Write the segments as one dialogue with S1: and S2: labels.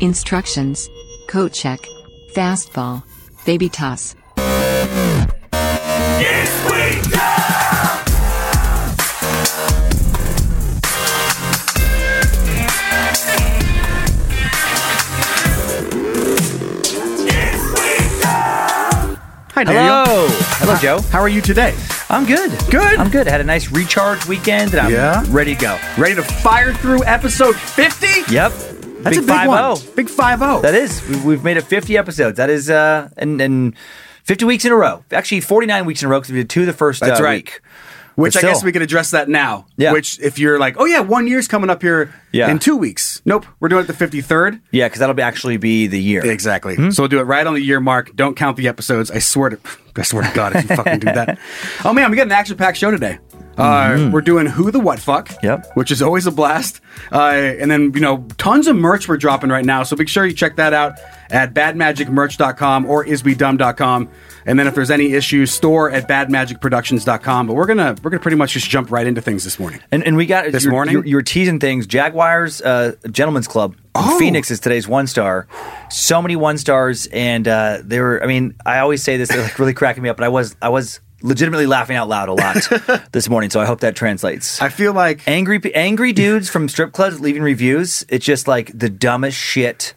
S1: Instructions Coat check. Fastball. Baby toss.
S2: Hi, Daniel.
S3: Hello. Hello, Joe.
S2: How are you today?
S3: I'm good.
S2: Good.
S3: I'm good. Had a nice recharge weekend and I'm
S2: Yeah?
S3: ready to go.
S2: Ready to fire through episode 50?
S3: Yep.
S2: That's a big one.
S3: 5-0.
S2: Big 5
S3: That is. We, we've made it 50 episodes. That is, uh, and, and 50 weeks in a row. Actually, 49 weeks in a row because we did two the first
S2: That's
S3: uh,
S2: right.
S3: week.
S2: Which
S3: But
S2: I guess
S3: still.
S2: we could address that now.
S3: Yeah.
S2: Which, if you're like, oh yeah, one year's coming up here
S3: Yeah.
S2: in two weeks. Nope, we're doing it the 53rd.
S3: Yeah, because that'll be actually be the year.
S2: Exactly.
S3: Hmm?
S2: So we'll do it right on the year mark. Don't count the episodes. I swear to, I swear to God, if you fucking do that. Oh man, we got an action-packed show today. Uh, We're doing Who the What Fuck,
S3: Mm-hmm. Yep.
S2: which is always a blast. Uh, and then, you know, tons of merch we're dropping right now. So make sure you check that out at badmagicmerch.com or isbedumb.com. And then if there's any issues, store at badmagicproductions.com. But we're going to we're gonna pretty much just jump right into things this morning.
S3: And, and we got
S2: This
S3: you're-
S2: morning?
S3: You're, you're teasing things. Jaguars, uh, Gentlemen's Club. in
S2: Oh.
S3: Phoenix is today's one star. So many one stars, and uh, they were. I mean, I always say this. They're like really cracking me up, but I was, I was legitimately laughing out loud a lot this morning. So I hope that translates.
S2: I feel like
S3: angry, pe- angry dudes from strip clubs leaving reviews. It's just like the dumbest shit.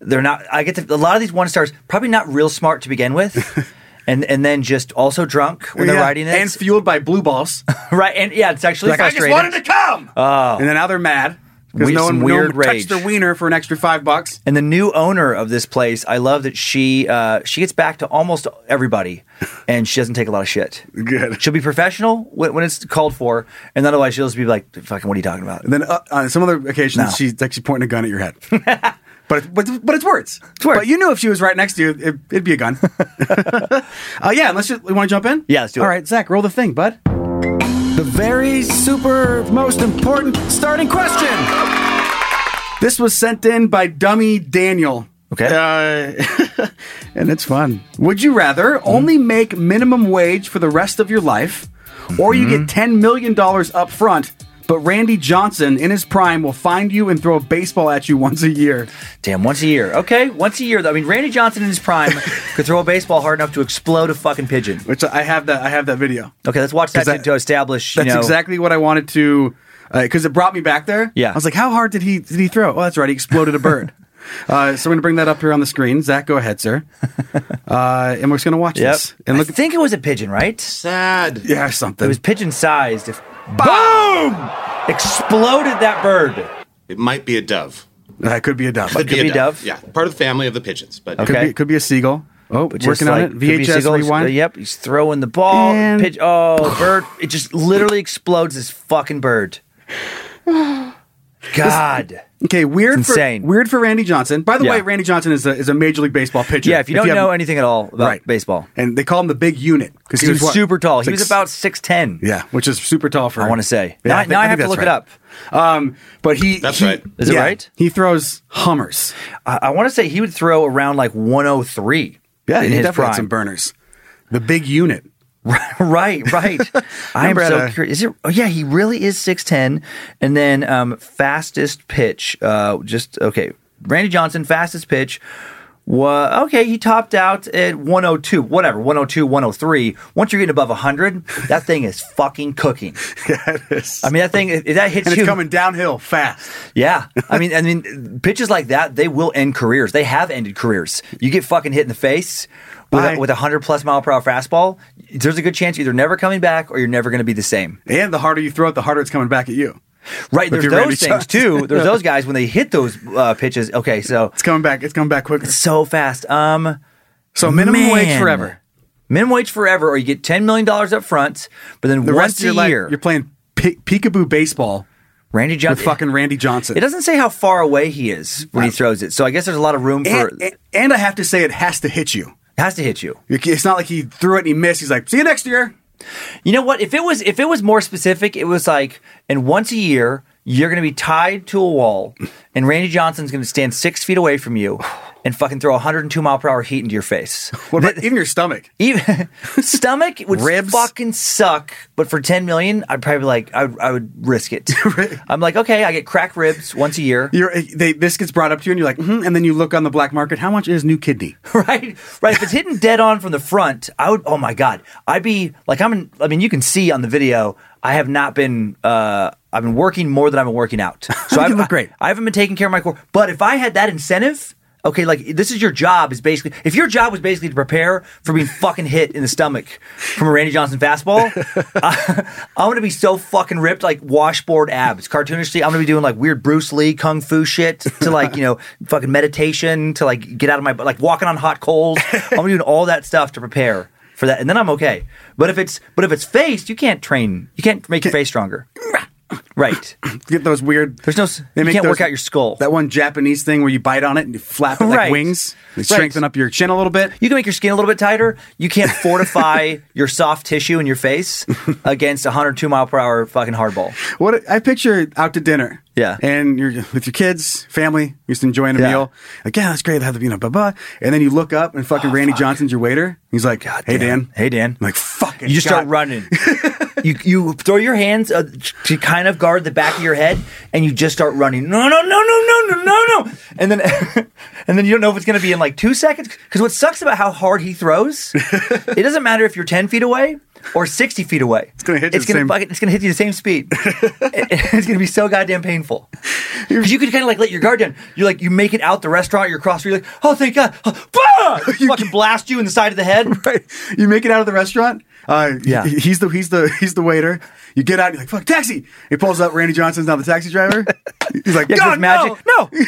S3: They're not. I get the, a lot of these one stars probably not real smart to begin with. And, and then just also drunk when they're
S2: Yeah.
S3: riding it,
S2: and fueled by blue balls.
S3: right? And yeah, it's actually
S2: like, I just
S3: frustrating.
S2: wanted to come. and then now they're mad because
S3: Oh. We-
S2: no
S3: some
S2: one,
S3: weird
S2: weird no one
S3: rage.
S2: touched their wiener for an extra five bucks.
S3: And the new owner of this place, I love that she uh, she gets back to almost everybody, and she doesn't take a lot of shit.
S2: Good.
S3: She'll be professional when, when it's called for, and otherwise she'll just be like, "Fucking, what are you talking about?"
S2: And then uh, on some other occasions,
S3: No.
S2: she's like she's pointing a gun at your head. But, it, but but it's words. It's
S3: words.
S2: But you knew if she was right next to you, it, it'd be a gun. uh, yeah, unless you, want to jump in.
S3: Yeah, let's do it.
S2: All right, Zach, roll the thing, bud.
S4: The very super most important starting question.
S2: This was sent in by Dummy Daniel.
S3: Okay.
S2: Uh, and it's fun. Would you rather
S3: Mm-hmm.
S2: only make minimum wage for the rest of your life, or you
S3: Mm-hmm.
S2: get $10 million up front, but Randy Johnson in his prime will find you and throw a baseball at you once a year?
S3: Damn, once a year, okay, once a year. I mean, Randy Johnson in his prime could throw a baseball hard enough to explode a fucking pigeon.
S2: Which I have that I have that video.
S3: Okay, let's watch that,
S2: that-
S3: to, to establish.
S2: That's
S3: you know,
S2: exactly what I wanted to because it brought me back there.
S3: Yeah.
S2: I was like, how hard did he did he throw? Oh, that's right, he exploded a bird. Uh, so we're gonna bring that up here on the screen. Zach, go ahead, sir. Uh, and we're just gonna watch
S3: Yep.
S2: this and look.
S3: I think it was a pigeon, right?
S4: Sad.
S2: yeah, something.
S3: It was pigeon sized. If
S2: Boom!
S3: exploded that bird,
S4: It might be a dove.
S2: That could be a dove.
S4: Could,
S3: be a dove.
S4: Yeah, part of the family of the pigeons. But
S2: Could,
S3: Okay.
S2: be, could be a seagull. Oh,
S3: But just
S2: working on
S3: like,
S2: it.
S3: could be
S2: VHS
S3: seagulls.
S2: rewind.
S3: Uh, Yep, he's throwing the ball.
S2: And-
S3: Pitch. Oh, bird! It just literally explodes this fucking bird. God.
S2: Okay, weird.
S3: It's
S2: For,
S3: insane.
S2: Weird for Randy Johnson. By the
S3: Yeah.
S2: way, Randy Johnson is a, is a major league baseball pitcher.
S3: Yeah, if you don't know
S2: haven't-
S3: anything at all about
S2: Right.
S3: baseball,
S2: and they call him the big unit because
S3: he, was
S2: what?
S3: super tall. He
S2: Like
S3: was about six ten.
S2: Yeah, which is super tall for.
S3: I want to say.
S2: Yeah,
S3: now I,
S2: think-
S3: now I
S2: think
S3: have to
S2: that's
S3: look
S2: right.
S3: it up.
S2: Um, but he.
S4: That's
S2: he-
S4: right.
S3: Is it right?
S2: He throws Hummers.
S3: I, I want to say he would throw around like 103.
S2: Yeah,
S3: in
S2: he definitely
S3: his
S2: had
S3: prime.
S2: some burners. The big unit.
S3: right, right. I am
S2: Remember at
S3: so
S2: a-
S3: curious. Is it? Oh, yeah, he really is six ten. And then um, fastest pitch. Uh, just okay. Randy Johnson, fastest pitch. Well, okay, he topped out at 102, whatever, 102, 103. Once you're getting above 100, that thing is fucking cooking. I mean, that thing, if that hits
S2: And
S3: you.
S2: it's coming downhill fast.
S3: Yeah, I mean, I mean, pitches like that they will end careers. They have ended careers. You get fucking hit in the face with
S2: Bye.
S3: a, with a hundred plus mile per hour fastball. There's a good chance you're either never coming back or you're never going to be the same.
S2: And the harder you throw it, the harder it's coming back at you.
S3: Right? There's
S2: you're Randy
S3: those things
S2: Johnson.
S3: too. There's those guys when they hit those uh, pitches. Okay, so
S2: It's coming back. It's coming back quicker.
S3: so fast. Um,
S2: So minimum wage
S3: man.
S2: forever.
S3: Minimum wage forever, or you get ten million dollars up front, but then
S2: The
S3: once
S2: rest of your
S3: a
S2: life,
S3: year,
S2: you're playing pe- peekaboo baseball
S3: Randy
S2: with
S3: Johnson.
S2: fucking Randy Johnson.
S3: it doesn't say how far away he is when he throws it, so I guess there's a lot of room for
S2: and, and- and I have to say, it has to hit you.
S3: it has to hit you.
S2: It's not like he threw it and he missed. He's like, see you next year.
S3: You know what? If it was if it was more specific, it was like, and once a year you're going to be tied to a wall, and Randy Johnson's going to stand six feet away from you, and fucking throw 102 mile per hour heat into your face.
S2: What about even your stomach?
S3: Even stomach would
S2: Ribs?
S3: fucking suck, but for 10 million, I'd probably be like I would, I would risk it. I'm like, okay, I get cracked ribs once a year,
S2: You're, eh, they, this gets brought up to you, and you're like, hmm, and then you look on the black market. How much is new kidney?
S3: right? Right. If it's hitting dead on from the front, I would. Oh my god, I'd be like, I'm. In, I mean, you can see on the video, I have not been. uh I've been working more than I've been working out. So I've,
S2: You look great.
S3: I, haven't been taking care of my core. But if I had that incentive. Okay, like this is your job is basically if your job was basically to prepare for being fucking hit in the stomach from a Randy Johnson fastball, I, I'm gonna be so fucking ripped like washboard abs, cartoonishly. I'm gonna be doing like weird Bruce Lee kung fu shit to like you know fucking meditation to like get out of my like walking on hot coals. I'm doing all that stuff to prepare for that, and then I'm okay. But if it's but if it's faced, you can't train. You can't make your face stronger. Right.
S2: Get those weird.
S3: There's no s- you can't work out your skull.
S2: That one Japanese thing where you bite on it and you flap it like
S3: Right.
S2: wings. They
S3: Right.
S2: strengthen up your chin a little bit.
S3: You can make your skin a little bit tighter. You can't fortify your soft tissue in your face against a 102 mile per hour fucking hardball.
S2: What I picture out to dinner.
S3: Yeah.
S2: And you're with your kids, family, you're just enjoying a
S3: Yeah.
S2: meal. Like, yeah, that's great. I have the, you know, blah, blah. And then you look up and fucking Randy Johnson's your waiter. He's like, hey,
S3: Oh, damn.
S2: Dan.
S3: Hey, Dan.
S2: I'm like, fucking
S3: You just start
S2: God.
S3: running. you you throw your hands uh, to kind of guard the back of your head, and you just start running. No, no, no, no, no, no, no, no. And then and then you don't know if it's going to be in like two seconds. Because what sucks about how hard he throws, it doesn't matter if you're ten feet away or sixty feet away. It's
S2: gonna hit you
S3: It's
S2: the
S3: gonna
S2: same-
S3: fucking- it's gonna hit you the same speed. It- it's gonna be so goddamn painful. 'Cause you could kind of like let your guard down. You're like you make it out the restaurant. You're across. You're like, oh thank God. Oh, bah! fucking blast you in the side of the head.
S2: Right. You make it out of the restaurant. Uh,
S3: Yeah.
S2: yeah. He's the he's the he's the waiter. You get out. and You're like fuck taxi. He pulls up. Randy Johnson's now the taxi driver. He's like
S3: Yeah, 'cause
S2: God
S3: magic-
S2: no no.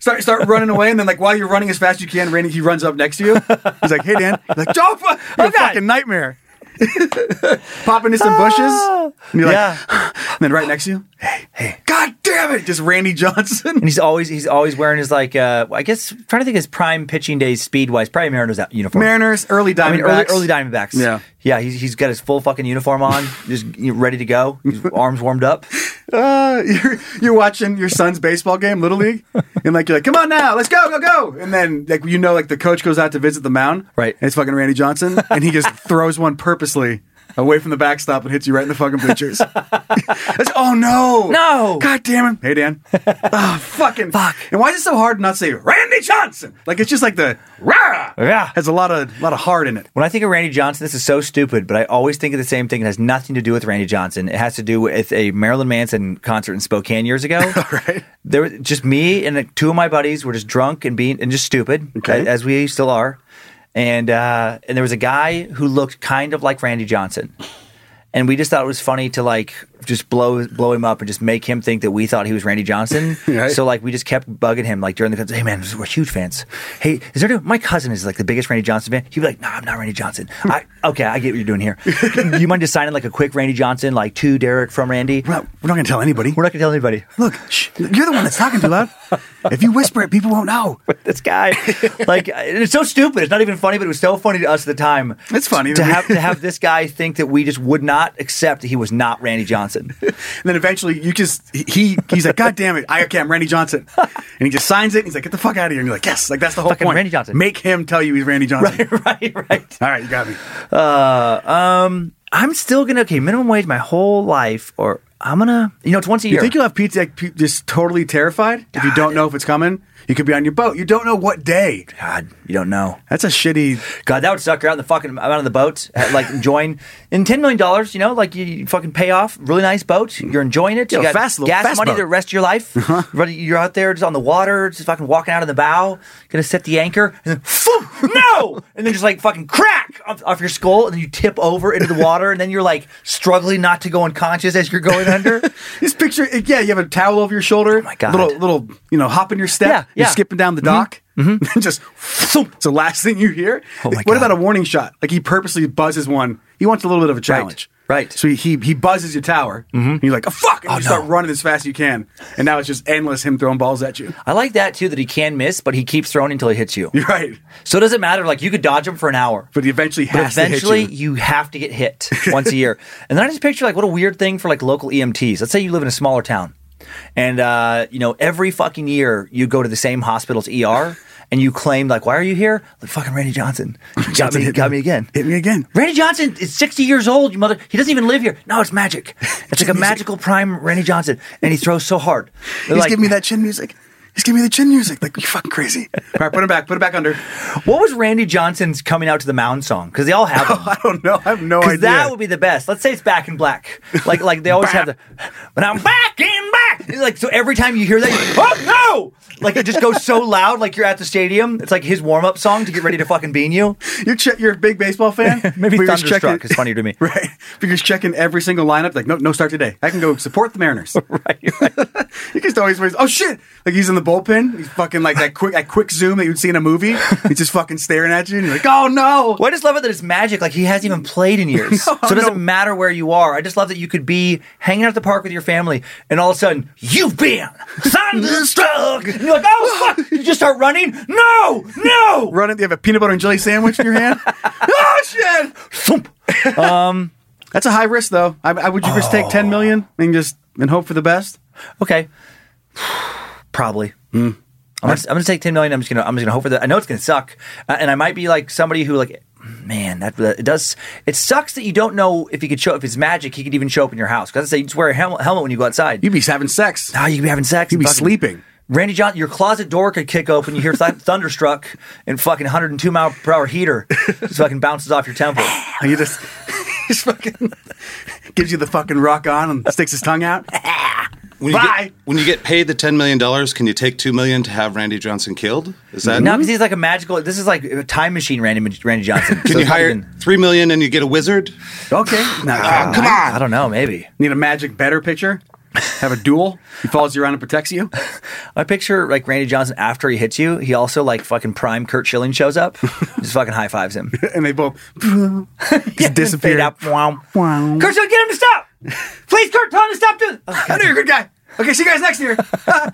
S2: start start running away and then like while you're running as fast as you can, Randy he runs up next to you. He's like hey Dan. You're like oh, fuck, you're
S3: Oh,
S2: a
S3: God."
S2: fucking nightmare. Pop into some bushes. And you're like,
S3: Ah. Yeah.
S2: and then right next to you, hey, hey, God damn it, just Randy Johnson.
S3: And he's always he's always wearing his like uh I guess I'm trying to think his prime pitching days speed wise probably Mariners out- uniform.
S2: Mariners, early
S3: I mean
S2: Diamondbacks.
S3: early early Diamondbacks.
S2: Yeah.
S3: yeah. He's, he's got his full fucking uniform on, just you know, ready to go. His arms warmed up.
S2: uh, you're, you're watching your son's baseball game, little league, and like you're like, come on now, let's go, go, go, and then like you know, like the coach goes out to visit the mound,
S3: Right.
S2: And it's fucking Randy Johnson, and he just throws one purposely away from the backstop and hits you right in the fucking bleachers. That's- oh no,
S3: No.
S2: God damn it, hey Dan, oh fucking fuck, and why is it so hard to not say Randy Johnson? Like it's just like the rah,
S3: Yeah.
S2: has a lot of lot of heart in it.
S3: When I think of Randy Johnson, this is so stupid, but I always think of the same thing. It has nothing to do with Randy Johnson. It has to do with a Marilyn Manson concert in Spokane years ago.
S2: right.
S3: There was just me and like, two of my buddies were just drunk and being and just stupid,
S2: Okay.
S3: a- as we still are. And uh, and there was a guy who looked kind of like Randy Johnson. And we just thought it was funny to like just blow blow him up and just make him think that we thought he was Randy Johnson.
S2: Right.
S3: So like we just kept bugging him like during the concert. Hey man, we're huge fans. Hey, is there any- my cousin is like the biggest Randy Johnson fan? He'd be like, No, I'm not Randy Johnson. I okay, I get what you're doing here. Do you mind just signing like a quick Randy Johnson like to Derek from Randy?
S2: We're not, we're not gonna tell anybody.
S3: We're not gonna tell anybody.
S2: Look, shh, you're the one that's talking too loud. If you whisper it, people won't know.
S3: this guy. like and it's so stupid. It's not even funny, but it was so funny to us at the time.
S2: It's funny
S3: to
S2: to me.
S3: have to have this guy think that we just would not accept that he was not Randy Johnson.
S2: And then eventually, you just he he's like, God damn it, I can't, Randy Johnson, and he just signs it. and He's like, Get the fuck out of here. And you're like, Yes, like that's the whole
S3: Fucking
S2: point.
S3: Randy Johnson.
S2: Make him tell you he's Randy Johnson.
S3: right, right.
S2: All right, you got me.
S3: Uh, Um, I'm still gonna okay minimum wage my whole life, or I'm gonna, you know, it's once a
S2: You
S3: year.
S2: think you'll have pizza like, pe- just totally terrified if you don't know if it's coming? You could be on your boat. You don't know what day.
S3: God, you don't know.
S2: That's a shitty.
S3: God, that would suck. You're out in the fucking, I'm out on the boat, at, like enjoying, and ten million dollars. You know, like you, you fucking pay off, really nice boat. You're enjoying it.
S2: Yeah,
S3: you got
S2: fast little-
S3: gas
S2: fast
S3: money
S2: boat. Uh-huh.
S3: the rest of your life. You're- You're out there just on the water, just fucking walking out in the bow, gonna set the anchor, and then phoom, no, and then just like fucking crack off, off your skull, and then you tip over into the water, and then you're like struggling not to go unconscious as you're going under.
S2: This picture, yeah, you have a towel over your shoulder. Oh
S3: my God.
S2: Little, little, you know, hop in your step.
S3: Yeah,
S2: You're
S3: yeah.
S2: skipping down the dock. Mm-hmm. just, it's the last thing you hear.
S3: Oh my
S2: what
S3: God.
S2: about a warning shot? Like he purposely buzzes one. He wants a little bit of a challenge.
S3: right. Mm-hmm.
S2: So he he, he buzzes your tower. And you're like, oh, fuck. And you start running as fast as you can. And now it's just endless him throwing balls at you.
S3: I like that too that he can miss, but he keeps throwing until he hits you.
S2: You're right.
S3: So it doesn't matter. Like you could dodge him for an hour.
S2: But he eventually
S3: But
S2: has
S3: eventually,
S2: to hit you.
S3: you. have to get hit once a year. And then I just picture like what a weird thing for like local EMTs. Let's say you live in a smaller town, and uh, you know every fucking year you go to the same hospital's ER and you claim like, "Why are you here?" Like fucking Randy Johnson got
S2: Johnson
S3: me,
S2: hit
S3: got
S2: me.
S3: me again.
S2: Hit me again.
S3: Randy Johnson is sixty years old. You mother, he doesn't even live here. No, it's magic. It's like a magical prime Randy Johnson, and he throws so hard. They're
S2: He's
S3: like,
S2: giving me that chin music. He's giving me the chin music. Like, you fucking crazy. All right, put him back. Put it back under.
S3: What was Randy Johnson's coming out to the mound song? Because they all have them.
S2: I don't know. I have Oh, no idea.
S3: Because that would be the best. Let's say it's back in black. Like like they always have the but I'm back in black. Like so every time you hear that, you're, oh no! Like it just goes so loud, like you're at the stadium. It's like his warm-up song to get ready to fucking bean you.
S2: You're che- you're a big baseball fan.
S3: Maybe
S2: But you're just
S3: Thunderstruck
S2: checking-
S3: is funnier to me.
S2: right? But you're just checking every single lineup. Like, no, no start today. I can go support the Mariners. right. you just always raise. Oh shit! Like he's in the bullpen. He's fucking like that quick that quick zoom that you'd see in a movie. he's just fucking staring at you, and you're like, oh no.
S3: Well, I just love it that it's magic. Like he hasn't even played in years, so it doesn't matter where you are. I just love that you could be hanging out at the park with your family, and all of a sudden you've been thunderstruck. And you're like, oh fuck! You just start running. No, no.
S2: Running, you have a peanut butter and jelly sandwich in your hand. oh shit!
S3: Thump.
S2: That's a high risk, though. I, I would you risk
S3: Oh.
S2: take ten million and just and hope for the best?
S3: Okay. Probably. I'm, gonna, I'm gonna take ten million. I'm just gonna I'm just gonna hope for that. I know it's gonna suck, uh, and I might be like somebody who like, man, that, that- it does. It sucks that you don't know if he could show if it's magic. He could even show up in your house because I say you just wear a helmet, helmet when you go outside.
S2: You'd be having sex.
S3: Ah, you could be having sex.
S2: You'd be
S3: and fucking-
S2: sleeping.
S3: Randy John, your closet door could kick open. You hear th- thunderstruck and fucking 102 mile per hour heater just fucking bounces off your temple.
S2: And you just, just fucking gives you the fucking rock on and sticks his tongue out.
S5: When you
S2: Bye.
S5: Get, when you get paid the ten million dollars, can you take two million to have Randy Johnson killed? Is that
S3: No, because he's like a magical. This is like a time machine, Randy Randy Johnson.
S5: Can you hire three million and you get a wizard?
S2: Okay. Now,
S3: Ah,
S5: come on.
S3: I don't know. Maybe.
S2: Need a magic better picture? Have a duel? He follows you around and protects you?
S3: I picture like Randy Johnson after he hits you, he also like fucking prime Kurt Schilling shows up, just fucking high fives him.
S2: And they both
S3: Yeah,
S2: just
S3: and then
S2: disappear.
S3: fade out. Wow.
S2: Wow.
S3: Kurt Schilling, get him to stop! Please, Kurt, tell him to stop doing. Oh,
S2: I know you're a good guy. Okay, see you guys next year. Uh,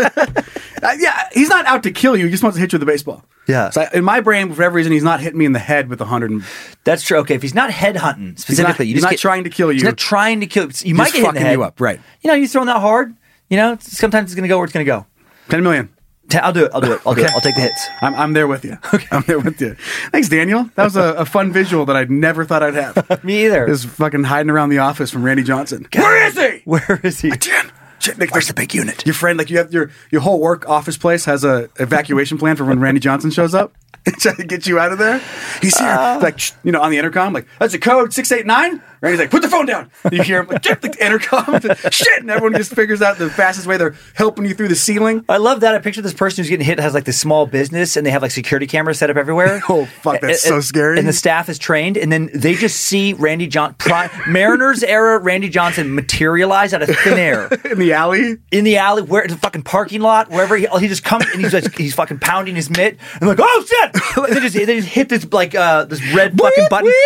S2: yeah, he's not out to kill you. He just wants to hit you with a baseball.
S3: Yeah.
S2: So I- in my brain, for whatever reason, he's not hitting me in the head with a hundred. and-
S3: That's true. Okay, if he's not headhunting specifically,
S2: he's
S3: you just
S2: not
S3: get-
S2: trying to kill
S3: He's
S2: you.
S3: not trying to kill. You You might
S2: He's
S3: get hit in the
S2: fucking
S3: head.
S2: you up, right.
S3: You know, you throwing that hard. You know, sometimes it's gonna go where it's gonna go.
S2: Ten million.
S3: Ta- I'll do it. I'll do it. I'll do it.
S2: Okay.
S3: I'll take the hits.
S2: I'm, I'm there with you. Okay. I'm there with you. Thanks, Daniel. That was a, a fun visual that I never thought I'd have.
S3: Me either.
S2: This fucking hiding around the office from Randy Johnson. Where is he?
S3: Where is he?
S2: Dan, shit, Nick, there's a big unit. Your friend, like you have your your whole work office place has a evacuation plan for when Randy Johnson shows up. Trying to get you out of there. He's here, like sh- you know, on the intercom, like that's a code six eight nine. Randy's like, put the phone down. You hear him like, get the intercom. Shit, and everyone just figures out the fastest way. They're helping you through the ceiling.
S3: I love that. I picture this person who's getting hit has like this small business and they have like security cameras set up everywhere.
S2: Oh, fuck, that's so
S3: And-
S2: scary.
S3: And the staff is trained, and then they just see Randy John pri- Mariners era Randy Johnson materialize out of thin air
S2: In the alley,
S3: in the alley, where in the fucking parking lot, wherever he, he just comes and he's just, he's fucking pounding his mitt and like, oh shit! And they just they just hit this like uh this red fucking button.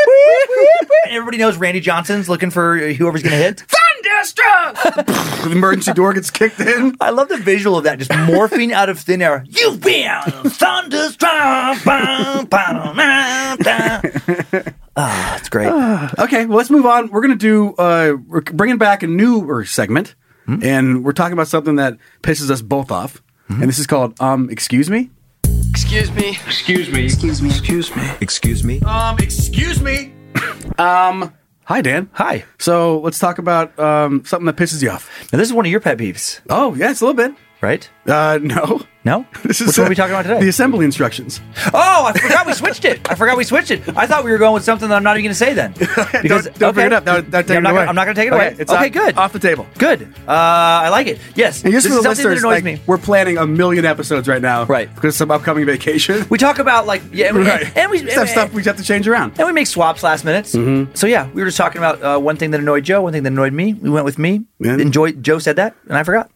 S3: And Everybody knows Randy Johnson's looking for uh, whoever's gonna hit.
S2: thunderstruck. the emergency door gets kicked in.
S3: I love the visual of that just morphing out of thin air. You've been thunderstruck. Ba, ba, da, da. Ah, it's great.
S2: Okay, well, let's move on. We're going to do, uh, we're bringing back a newer segment,
S3: Hmm?
S2: and we're talking about something that pisses us both off.
S3: Hmm?
S2: And this is called, um, excuse me?
S6: Excuse me. Excuse me. Excuse me. Excuse me.
S4: Excuse me?
S2: Um, excuse me. um, Hi, Dan.
S3: Hi.
S2: So let's talk about um, something that pisses you off.
S3: Now, this is one of your pet peeves,
S2: Oh, yes, a little bit.
S3: right?
S2: Uh, no.
S3: No?
S2: This is
S3: Which
S2: uh,
S3: one are we talking about today?
S2: The assembly instructions.
S3: Oh, I forgot we switched it. I forgot we switched it. I thought we were going with something that I'm not even going to say then. Because,
S2: don't, don't bring it up. That, that take it
S3: I'm, not
S2: away.
S3: Gonna, I'm not going to take it
S2: Okay,
S3: away.
S2: It's
S3: okay,
S2: off-
S3: good.
S2: Off the table.
S3: Good. Uh, I like it. Yes.
S2: And just
S3: this
S2: for the
S3: is something that
S2: listeners,
S3: annoys
S2: like,
S3: me.
S2: we're planning a million episodes right now,
S3: Right.
S2: Because of some upcoming vacation,
S3: We talk about like yeah, and we-
S2: right?
S3: and we
S2: Just have stuff we have to change around.
S3: and we make swaps last minutes.
S2: Mm-hmm.
S3: So yeah, we were just talking about uh, one thing that annoyed Joe, one thing that annoyed me. We went with me.
S2: Yeah.
S3: Enjoy. Joe said that, and I forgot.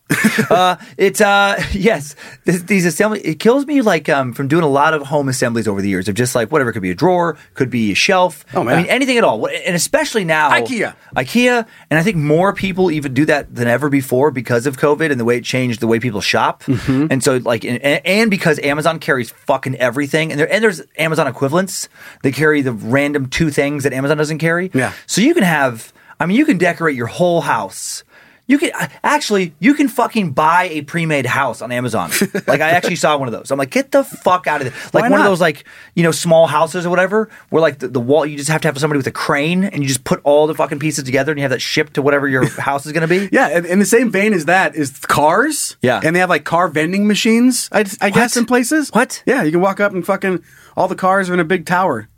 S3: uh, it's uh, yes, this, these assembly. It kills me like um, from doing a lot of home assemblies over the years of just like whatever it could be a drawer, could be a shelf.
S2: Oh, man.
S3: I mean anything at all, What- and especially now
S2: IKEA.
S3: IKEA, and I think more people even do that than ever before because of COVID and the way it changed the way people shop.
S2: Mm-hmm.
S3: And so, like, and, and because Amazon carries fucking everything, and there and there's Amazon equivalents. They carry the random two things that Amazon doesn't carry.
S2: Yeah.
S3: So you can have, I mean, you can decorate your whole house. You can uh, actually, you can fucking buy a pre-made house on Amazon. like I actually saw one of those. I'm like, get the fuck out of there! Like
S2: Why
S3: one of
S2: not?
S3: those, like you know, small houses or whatever, where like the, the wall, you just have to have somebody with a crane, and you just put all the fucking pieces together, and you have that shipped to whatever your house is going to be.
S2: Yeah, and in the same vein as that is cars.
S3: Yeah.
S2: and they have like car vending machines. I, I guess in places.
S3: What?
S2: Yeah, you can walk up and fucking all the cars are in a big tower.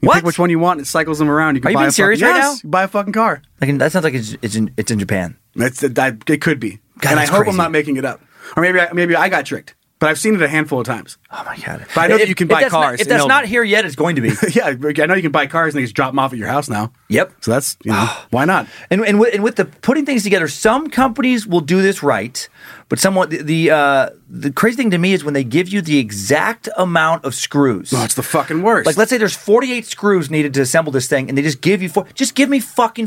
S2: You
S3: What?
S2: Pick which one you want, and it cycles them around. You can
S3: Are you
S2: buy
S3: being
S2: a
S3: serious
S2: fucking,
S3: right
S2: Yes,
S3: now?
S2: Buy a fucking car.
S3: Like that sounds like it's it's in, it's in Japan.
S2: That's I, it. Could be,
S3: God,
S2: and I
S3: that's
S2: hope I'm
S3: crazy.
S2: not making it up. Or maybe I, maybe I got tricked, but I've seen it a handful of times.
S3: Oh my god!
S2: But I know
S3: If-
S2: that you can
S3: if
S2: buy
S3: that's not-
S2: cars
S3: if
S2: and
S3: that's
S2: they'll-
S3: not here yet, it's going to be.
S2: yeah, I know you can buy cars and they just drop them off at your house now.
S3: Yep. Ah.
S2: So that's you know why not?
S3: And, and, with, and with the putting things together, some companies will do this right, but somewhat the the, uh, the crazy thing to me is when they give you the exact amount of screws.
S2: Oh, it's the fucking worst.
S3: Like, let's say there's 48 screws needed to assemble this thing, and they just give you four. Just give me fucking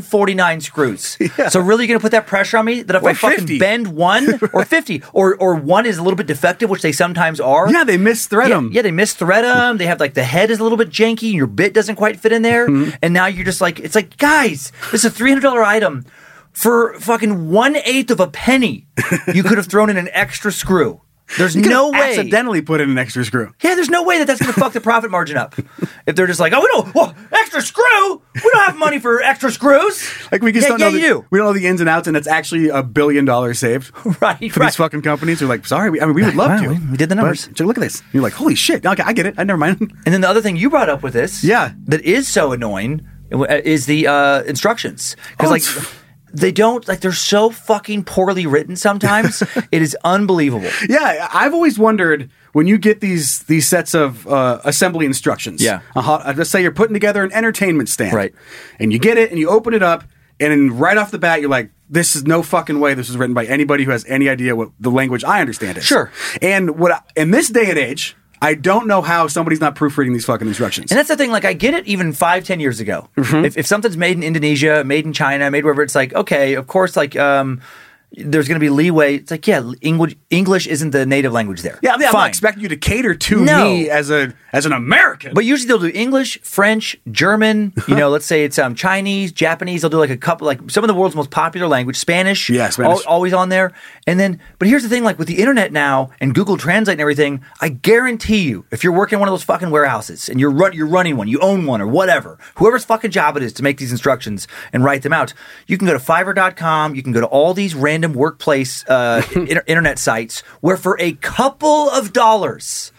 S3: 49 screws. So really, you're gonna put that pressure on me that if
S2: Or
S3: I fucking
S2: 50.
S3: bend one or 50 or or one is a little bit defective, which they sometimes are.
S2: yeah, they misthread
S3: yeah,
S2: them.
S3: yeah, they misthread them. They have like the head is a little bit janky, and your bit doesn't quite fit in there.
S2: Mm-hmm.
S3: And now you're just like, it's like, guys, this is a three hundred dollar item for fucking one eighth of a penny. You could have thrown in an extra screw. There's
S2: You could
S3: no
S2: have
S3: way.
S2: Accidentally put in an extra screw.
S3: Yeah, there's no way that that's going to fuck the profit margin up. If they're just like, oh, we don't, well, extra screw. We don't have money for extra screws.
S2: Like we just
S3: yeah,
S2: don't
S3: yeah,
S2: know. the,
S3: you do.
S2: We don't know the ins and outs, and it's actually a billion dollars saved.
S3: Right,
S2: For
S3: right.
S2: these fucking companies, they're like, sorry, we, I mean, we would love
S3: Wow,
S2: to.
S3: we- we did the
S2: but
S3: numbers.
S2: j- look at this. You're like, holy shit. Okay, I get it. I never mind.
S3: And then the other thing you brought up with this,
S2: Yeah.
S3: that is so annoying, uh, is the uh, instructions because
S2: Oh,
S3: like
S2: it's-
S3: they don't like they're so fucking poorly written. Sometimes it is unbelievable.
S2: yeah, I've always wondered when you get these these sets of uh, assembly instructions.
S3: Yeah.
S2: a hot- let's say you're putting together an entertainment stand,
S3: Right.
S2: And you get it, and you open it up, and then right off the bat, you're like, "This is no fucking way. This is written by anybody who has any idea what the language I understand is."
S3: Sure.
S2: And what I, in this day and age, I don't know how somebody's not proofreading these fucking instructions.
S3: And that's the thing. Like I get it, even five, ten years ago.
S2: Mm-hmm.
S3: If, if something's made in Indonesia, made in China, made wherever, it's like okay, of course, like um, there's going to be leeway. It's like yeah, English English isn't the native language there.
S2: yeah, yeah, I'm not
S3: Fine.
S2: expecting you to cater to
S3: No.
S2: me as a as an American.
S3: But usually they'll do English, French, German. You know, let's say it's um, Chinese, Japanese. They'll do like a couple, like some of the world's most popular language, Spanish.
S2: Yeah, Spanish.
S3: al- always on there. And then, but here's the thing: like with the internet now and Google Translate and everything, I guarantee you, if you're working in one of those fucking warehouses and you're run, you're running one, you own one or whatever, whoever's fucking job it is to make these instructions and write them out, you can go to Fiverr.com. You can go to all these random workplace uh, inter- internet sites where for a couple of dollars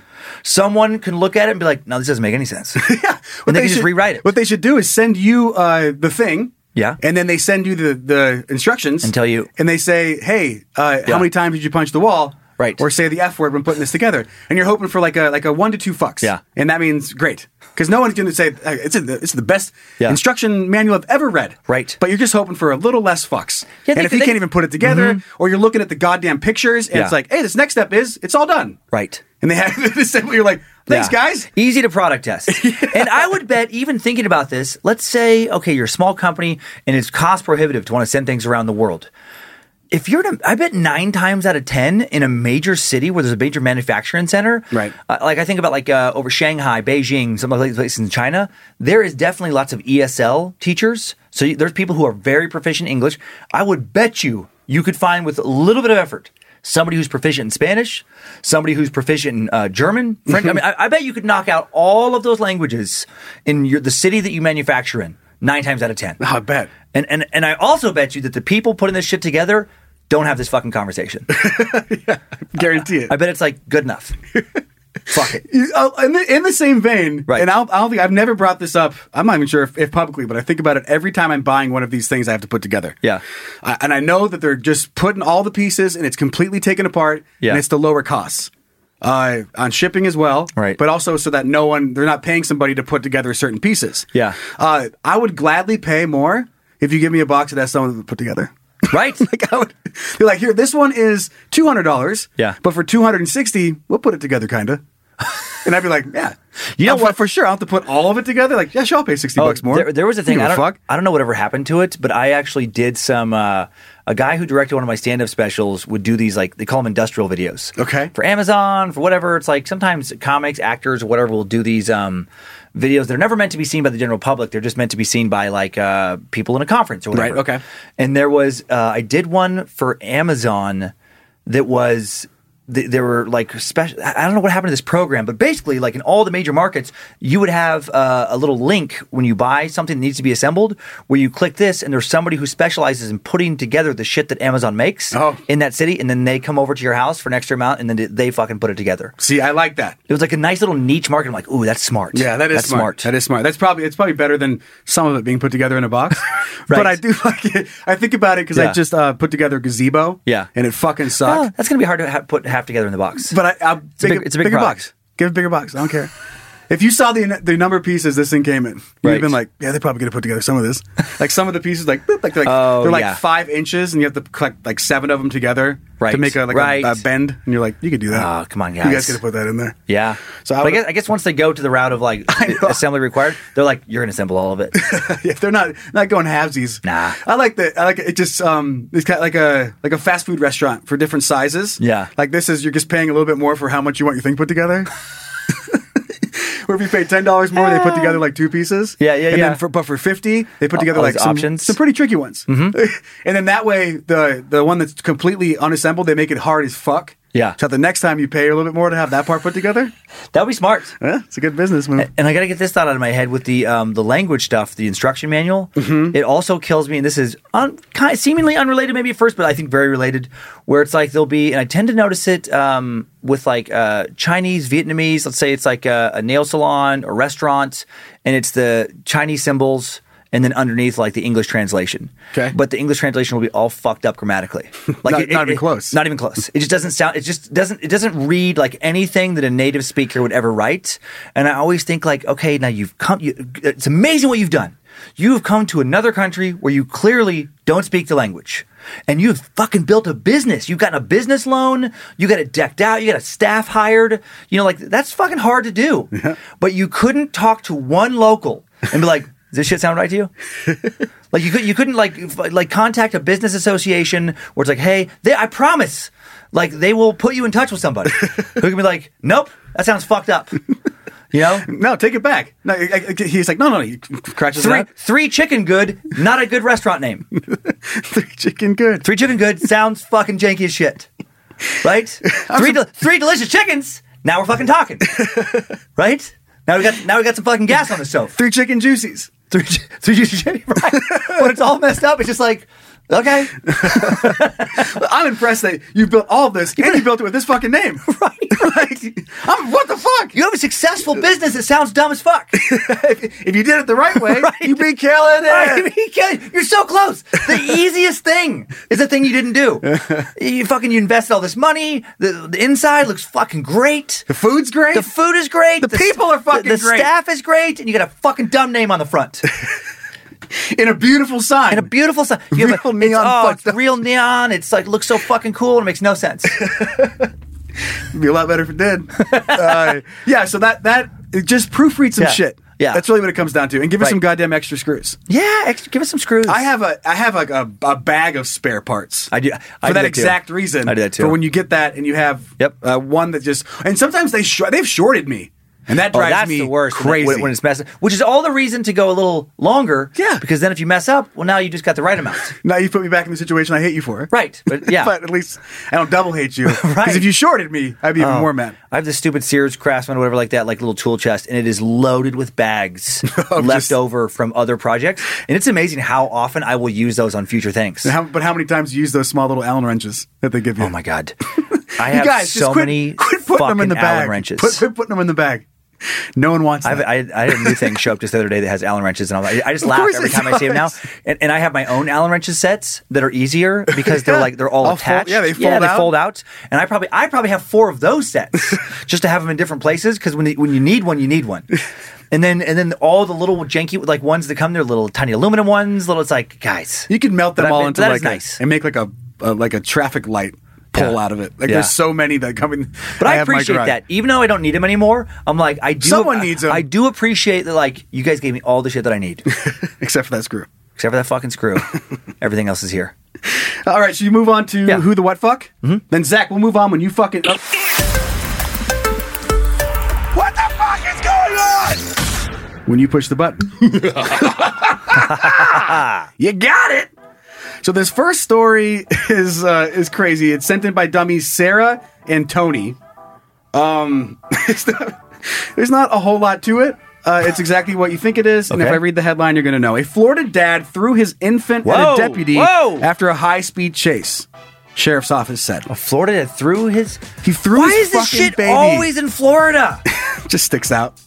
S3: someone can look at it and be like, no, this doesn't make any sense. yeah. And they, can just
S2: should-
S3: rewrite it
S2: What they should do is send you uh, the thing.
S3: Yeah.
S2: And then they send you the, the instructions.
S3: And tell you-
S2: And they say, hey, uh,
S3: Yeah.
S2: how many times did you punch the wall?
S3: Right.
S2: Or say the F word when putting this together. And you're hoping for like a like a one to two fucks.
S3: Yeah.
S2: And that means great. Because no one's going to say, uh, it's, in the, it's the best
S3: Yeah.
S2: instruction manual I've ever read.
S3: Right.
S2: But you're just hoping for a little less fucks.
S3: Yeah, they-
S2: and if you
S3: they- Mm-hmm.
S2: can't even put it together, or you're looking at the goddamn pictures and
S3: Yeah.
S2: it's like, hey, this next step is, it's all done.
S3: Right.
S2: And they have this assembly, you're like, thanks,
S3: Yeah.
S2: guys.
S3: Easy to product test. And I would bet, even thinking about this, let's say, okay, you're a small company and it's cost prohibitive to want to send things around the world. If you're, to, I bet nine times out of ten in a major city where there's a major manufacturing center,
S2: Right.
S3: uh, like I think about like uh, over Shanghai, Beijing, some of these places in China, there is definitely lots of ESL teachers. So you, there's people who are very proficient in English. I would bet you you could find with a little bit of effort somebody who's proficient in Spanish, somebody who's proficient in uh, German, French. I mean, I, I bet you could knock out all of those languages in your, the city that you manufacture in. nine times out of ten.
S2: I bet.
S3: And and and I also bet you that the people putting this shit together don't have this fucking conversation.
S2: Guarantee it.
S3: I bet it's like good enough. Fuck it.
S2: You- oh, in, the, in the same vein,
S3: Right.
S2: and I'll, I'll think I've never brought this up. I'm not even sure if, if publicly, but I think about it every time I'm buying one of these things I have to put together.
S3: Yeah.
S2: I, and I know that they're just putting all the pieces and it's completely taken apart.
S3: Yeah.
S2: and it's the lower costs uh, on shipping as well.
S3: Right.
S2: but also so that no one they're not paying somebody to put together certain pieces.
S3: Yeah.
S2: uh, I would gladly pay more if you give me a box that has someone to put together.
S3: Right?
S2: like I would, you're like here. This one is two hundred dollars.
S3: Yeah.
S2: but for two hundred and sixty, we'll put it together, kinda. And I'd be like, yeah,
S3: You know
S2: I'll-
S3: what? Oh,
S2: For sure, I'll have to put all of it together. Like, yeah, sure, I'll pay sixty bucks more.
S3: There, there was a thing.
S2: You
S3: I
S2: give
S3: don't,
S2: fuck.
S3: I don't know whatever happened to it, but I actually did some. Uh, a guy who directed one of my stand-up specials would do these like they call them industrial videos.
S2: Okay.
S3: For Amazon, for whatever. It's like sometimes comics, actors, or whatever will do these um, videos. They're never meant to be seen by the general public. They're just meant to be seen by like uh, people in a conference or whatever.
S2: Right, okay.
S3: And there was uh, I did one for Amazon that was th- there were like special. I I don't know what happened to this program, but basically, like in all the major markets, you would have uh, a little link when you buy something that needs to be assembled, where you click this, and there's somebody who specializes in putting together the shit that Amazon makes
S2: Oh.
S3: in that city, and then they come over to your house for an extra amount, and then they- they fucking put it together.
S2: See, I like that.
S3: It was like a nice little niche market. I'm like, ooh, that's smart.
S2: Yeah, that is
S3: that's
S2: smart. That is smart. That's probably it's probably better than some of it being put together in a box.
S3: Right.
S2: But I do like it. I think about it because I
S3: Yeah.
S2: just uh, put together a gazebo.
S3: Yeah.
S2: and it fucking
S3: Oh,
S2: sucked.
S3: that's gonna be hard to ha- put half together in the box.
S2: But I, I'll
S3: It's a
S2: big-
S3: big- it's a big
S2: bigger
S3: product.
S2: box. Give a bigger box. I don't care. If you saw the the number of pieces this thing came in, you'd have
S3: Right.
S2: been like, "Yeah, they're probably gonna put together some of this." Like some of the pieces, like boop, like they're like,
S3: Oh,
S2: they're like
S3: yeah.
S2: five inches, and you have to collect like seven of them together to
S3: Right.
S2: make a like a-
S3: Right.
S2: a, bend. And you're like, "You could do that."
S3: Oh, come on,
S2: You guys
S3: guys.
S2: could have put that in there.
S3: Yeah.
S2: So
S3: So
S2: I
S3: I,
S2: would-
S3: guess, I guess once they go to the route of like assembly required, they're like, you're going to assemble all of it.
S2: if they're not not going halvesies.
S3: Nah.
S2: I like the I like it just um it's kind of like a like a fast food restaurant for different sizes.
S3: Yeah.
S2: Like this is you're just paying a little bit more for how much you want your thing put together. Where if you pay ten dollars more, they put together like two pieces.
S3: Yeah, yeah,
S2: and
S3: yeah.
S2: Then for, but for fifty, they put
S3: All-
S2: together
S3: all
S2: like
S3: these
S2: some,
S3: options. Mm-hmm.
S2: some pretty tricky ones. and then that way, the the one that's completely unassembled, they make it hard as fuck.
S3: Yeah.
S2: So the next time you pay a little bit more to have that part put together,
S3: that would be smart.
S2: yeah, it's a good business move.
S3: And I got to get this thought out of my head with the um, the language stuff, the instruction manual.
S2: Mm-hmm.
S3: It also kills me, and this is un- kind seemingly unrelated maybe at first, but I think very related. Where it's like there'll be, and I tend to notice it um, with like uh, Chinese, Vietnamese. Let's say it's like a, a nail salon or restaurant, and it's the Chinese symbols. And then underneath, like the English translation.
S2: Okay.
S3: But the English translation will be all fucked up grammatically.
S2: Not-
S3: Like
S2: not even close.
S3: Not even close. It just doesn't sound. It just doesn't. It doesn't read like anything that a native speaker would ever write. And I always think like, okay, now you've come. You, it's amazing what you've done. You have come to another country where you clearly don't speak the language, and you've fucking built a business. You've gotten a business loan. You got it decked out. You got a staff hired. You know, like that's fucking hard to do. But you couldn't talk to one local and be like, "Does this shit sound right to you?" Like you could you couldn't like f- like contact a business association where it's like, hey, they, I promise, like they will put you in touch with somebody who can be like, nope, that sounds fucked up. You know,
S2: No, take it back. No, I- I- he's like, no, no, no. He crashes
S3: three three chicken good, not a good restaurant name.
S2: three chicken good.
S3: Three chicken good sounds fucking janky as shit, right? Three del- three delicious chickens. Now we're fucking talking, right? Now we got now we got some fucking gas on the stove.
S2: Three chicken juicies.
S3: Three chi- three chicken, right? When it's all messed up, it's just like, okay,
S2: I'm impressed that you built all this and you built it with this fucking name.
S3: right, right.
S2: I'm, what the fuck?
S3: You have a successful business that sounds dumb as fuck.
S2: if you did it the right way,
S3: Right.
S2: you'd be killing
S3: I
S2: it.
S3: mean, can- You're so close. The easiest thing is the thing you didn't do. You fucking you invested all this money. The, the inside looks fucking great.
S2: The food's great.
S3: The food is great.
S2: The people are fucking
S3: the,
S2: great.
S3: The staff is great, and you got a fucking dumb name on the front
S2: in a beautiful sign.
S3: and a beautiful sign. You have
S2: Real
S3: a,
S2: neon
S3: It's, oh,
S2: fucked
S3: it's
S2: up.
S3: real neon. It's like looks so fucking cool, and it makes no sense.
S2: It'd be a lot better if it did. uh, yeah. So that that just proofread some
S3: Yeah.
S2: shit.
S3: Yeah.
S2: That's really what it comes down to. And give us
S3: Right.
S2: some goddamn extra screws.
S3: yeah, extra, give us some screws.
S2: I have a I have like a, a bag of spare parts.
S3: I do- I
S2: for
S3: do
S2: that
S3: that too.
S2: exact reason.
S3: I do that too.
S2: For when you get that and you have
S3: Yep.
S2: uh, one that just and sometimes they sh- they've shorted me. And that
S3: Oh,
S2: drives
S3: that's
S2: me
S3: the worst when-
S2: crazy.
S3: when, when it's messed. Which is all the reason to go a little longer.
S2: Yeah.
S3: because then if you mess up, well, now you just got the right amount.
S2: Now you put me back in the situation I hate you for.
S3: Right, but yeah.
S2: but at least I don't double hate you. Because
S3: Right. Oh.
S2: if you shorted me, I'd be even more mad.
S3: I have this stupid Sears Craftsman, or whatever, like that, like little tool chest, and it is loaded with bags left
S2: Oh, just-
S3: over from other projects. And it's amazing how often I will use those on future things.
S2: And how- but how many times you use those small little Allen wrenches that they give you?
S3: oh my god, I have
S2: guys,
S3: so
S2: just quit,
S3: many
S2: quit putting them in
S3: fucking
S2: the
S3: Allen
S2: bag.
S3: wrenches.
S2: Quit, quit putting them in the bag. No one wants
S3: I, have,
S2: that.
S3: I, I had a new thing show up just the other day that has Allen wrenches, and I'm like, I just
S2: Of
S3: laugh
S2: course
S3: every
S2: it
S3: time I see them now.
S2: does.
S3: And, and I have my own Allen wrenches sets that are easier because they're
S2: Yeah.
S3: like they're all
S2: All fold-
S3: attached.
S2: yeah, they fold out.
S3: And I probably I probably have four of those sets just to have them in different places because when you- when you need one, you need one. And then and then all the little janky like ones that come, they're little tiny aluminum ones. Little, it's like guys,
S2: you can melt them
S3: But I-
S2: all
S3: but
S2: into
S3: that
S2: like
S3: is
S2: a-
S3: nice.
S2: and make like a, a like a traffic light pull
S3: Yeah.
S2: out of it. Like
S3: Yeah.
S2: there's so many that come in.
S3: But I,
S2: have my
S3: appreciate
S2: garage.
S3: that. Even though I don't need them anymore, I'm like I do.
S2: Someone
S3: I-
S2: needs 'em.
S3: I do appreciate that. Like you guys gave me all the shit that I need,
S2: Except for that screw.
S3: except for that fucking screw. Everything else is here.
S2: All right, so you move on to
S3: Yeah. Mm-hmm.
S2: who the what fuck? Then Zach, we'll move on when you fucking. Oh. What the fuck is going on? When you push the button, you got it. So this first story is uh, is crazy. It's sent in by dummies Sarah and Tony. Um, it's not- there's not a whole lot to it. Uh, it's exactly what you think it is, and if
S3: Okay.
S2: I read the headline, you're going to know. A Florida dad threw his infant at
S3: Whoa,
S2: a deputy
S3: whoa.
S2: after a high speed chase. Sheriff's office said
S3: Florida that threw his.
S2: he threw
S3: Why
S2: his
S3: is this
S2: fucking
S3: shit
S2: baby.
S3: always in Florida?
S2: just sticks out.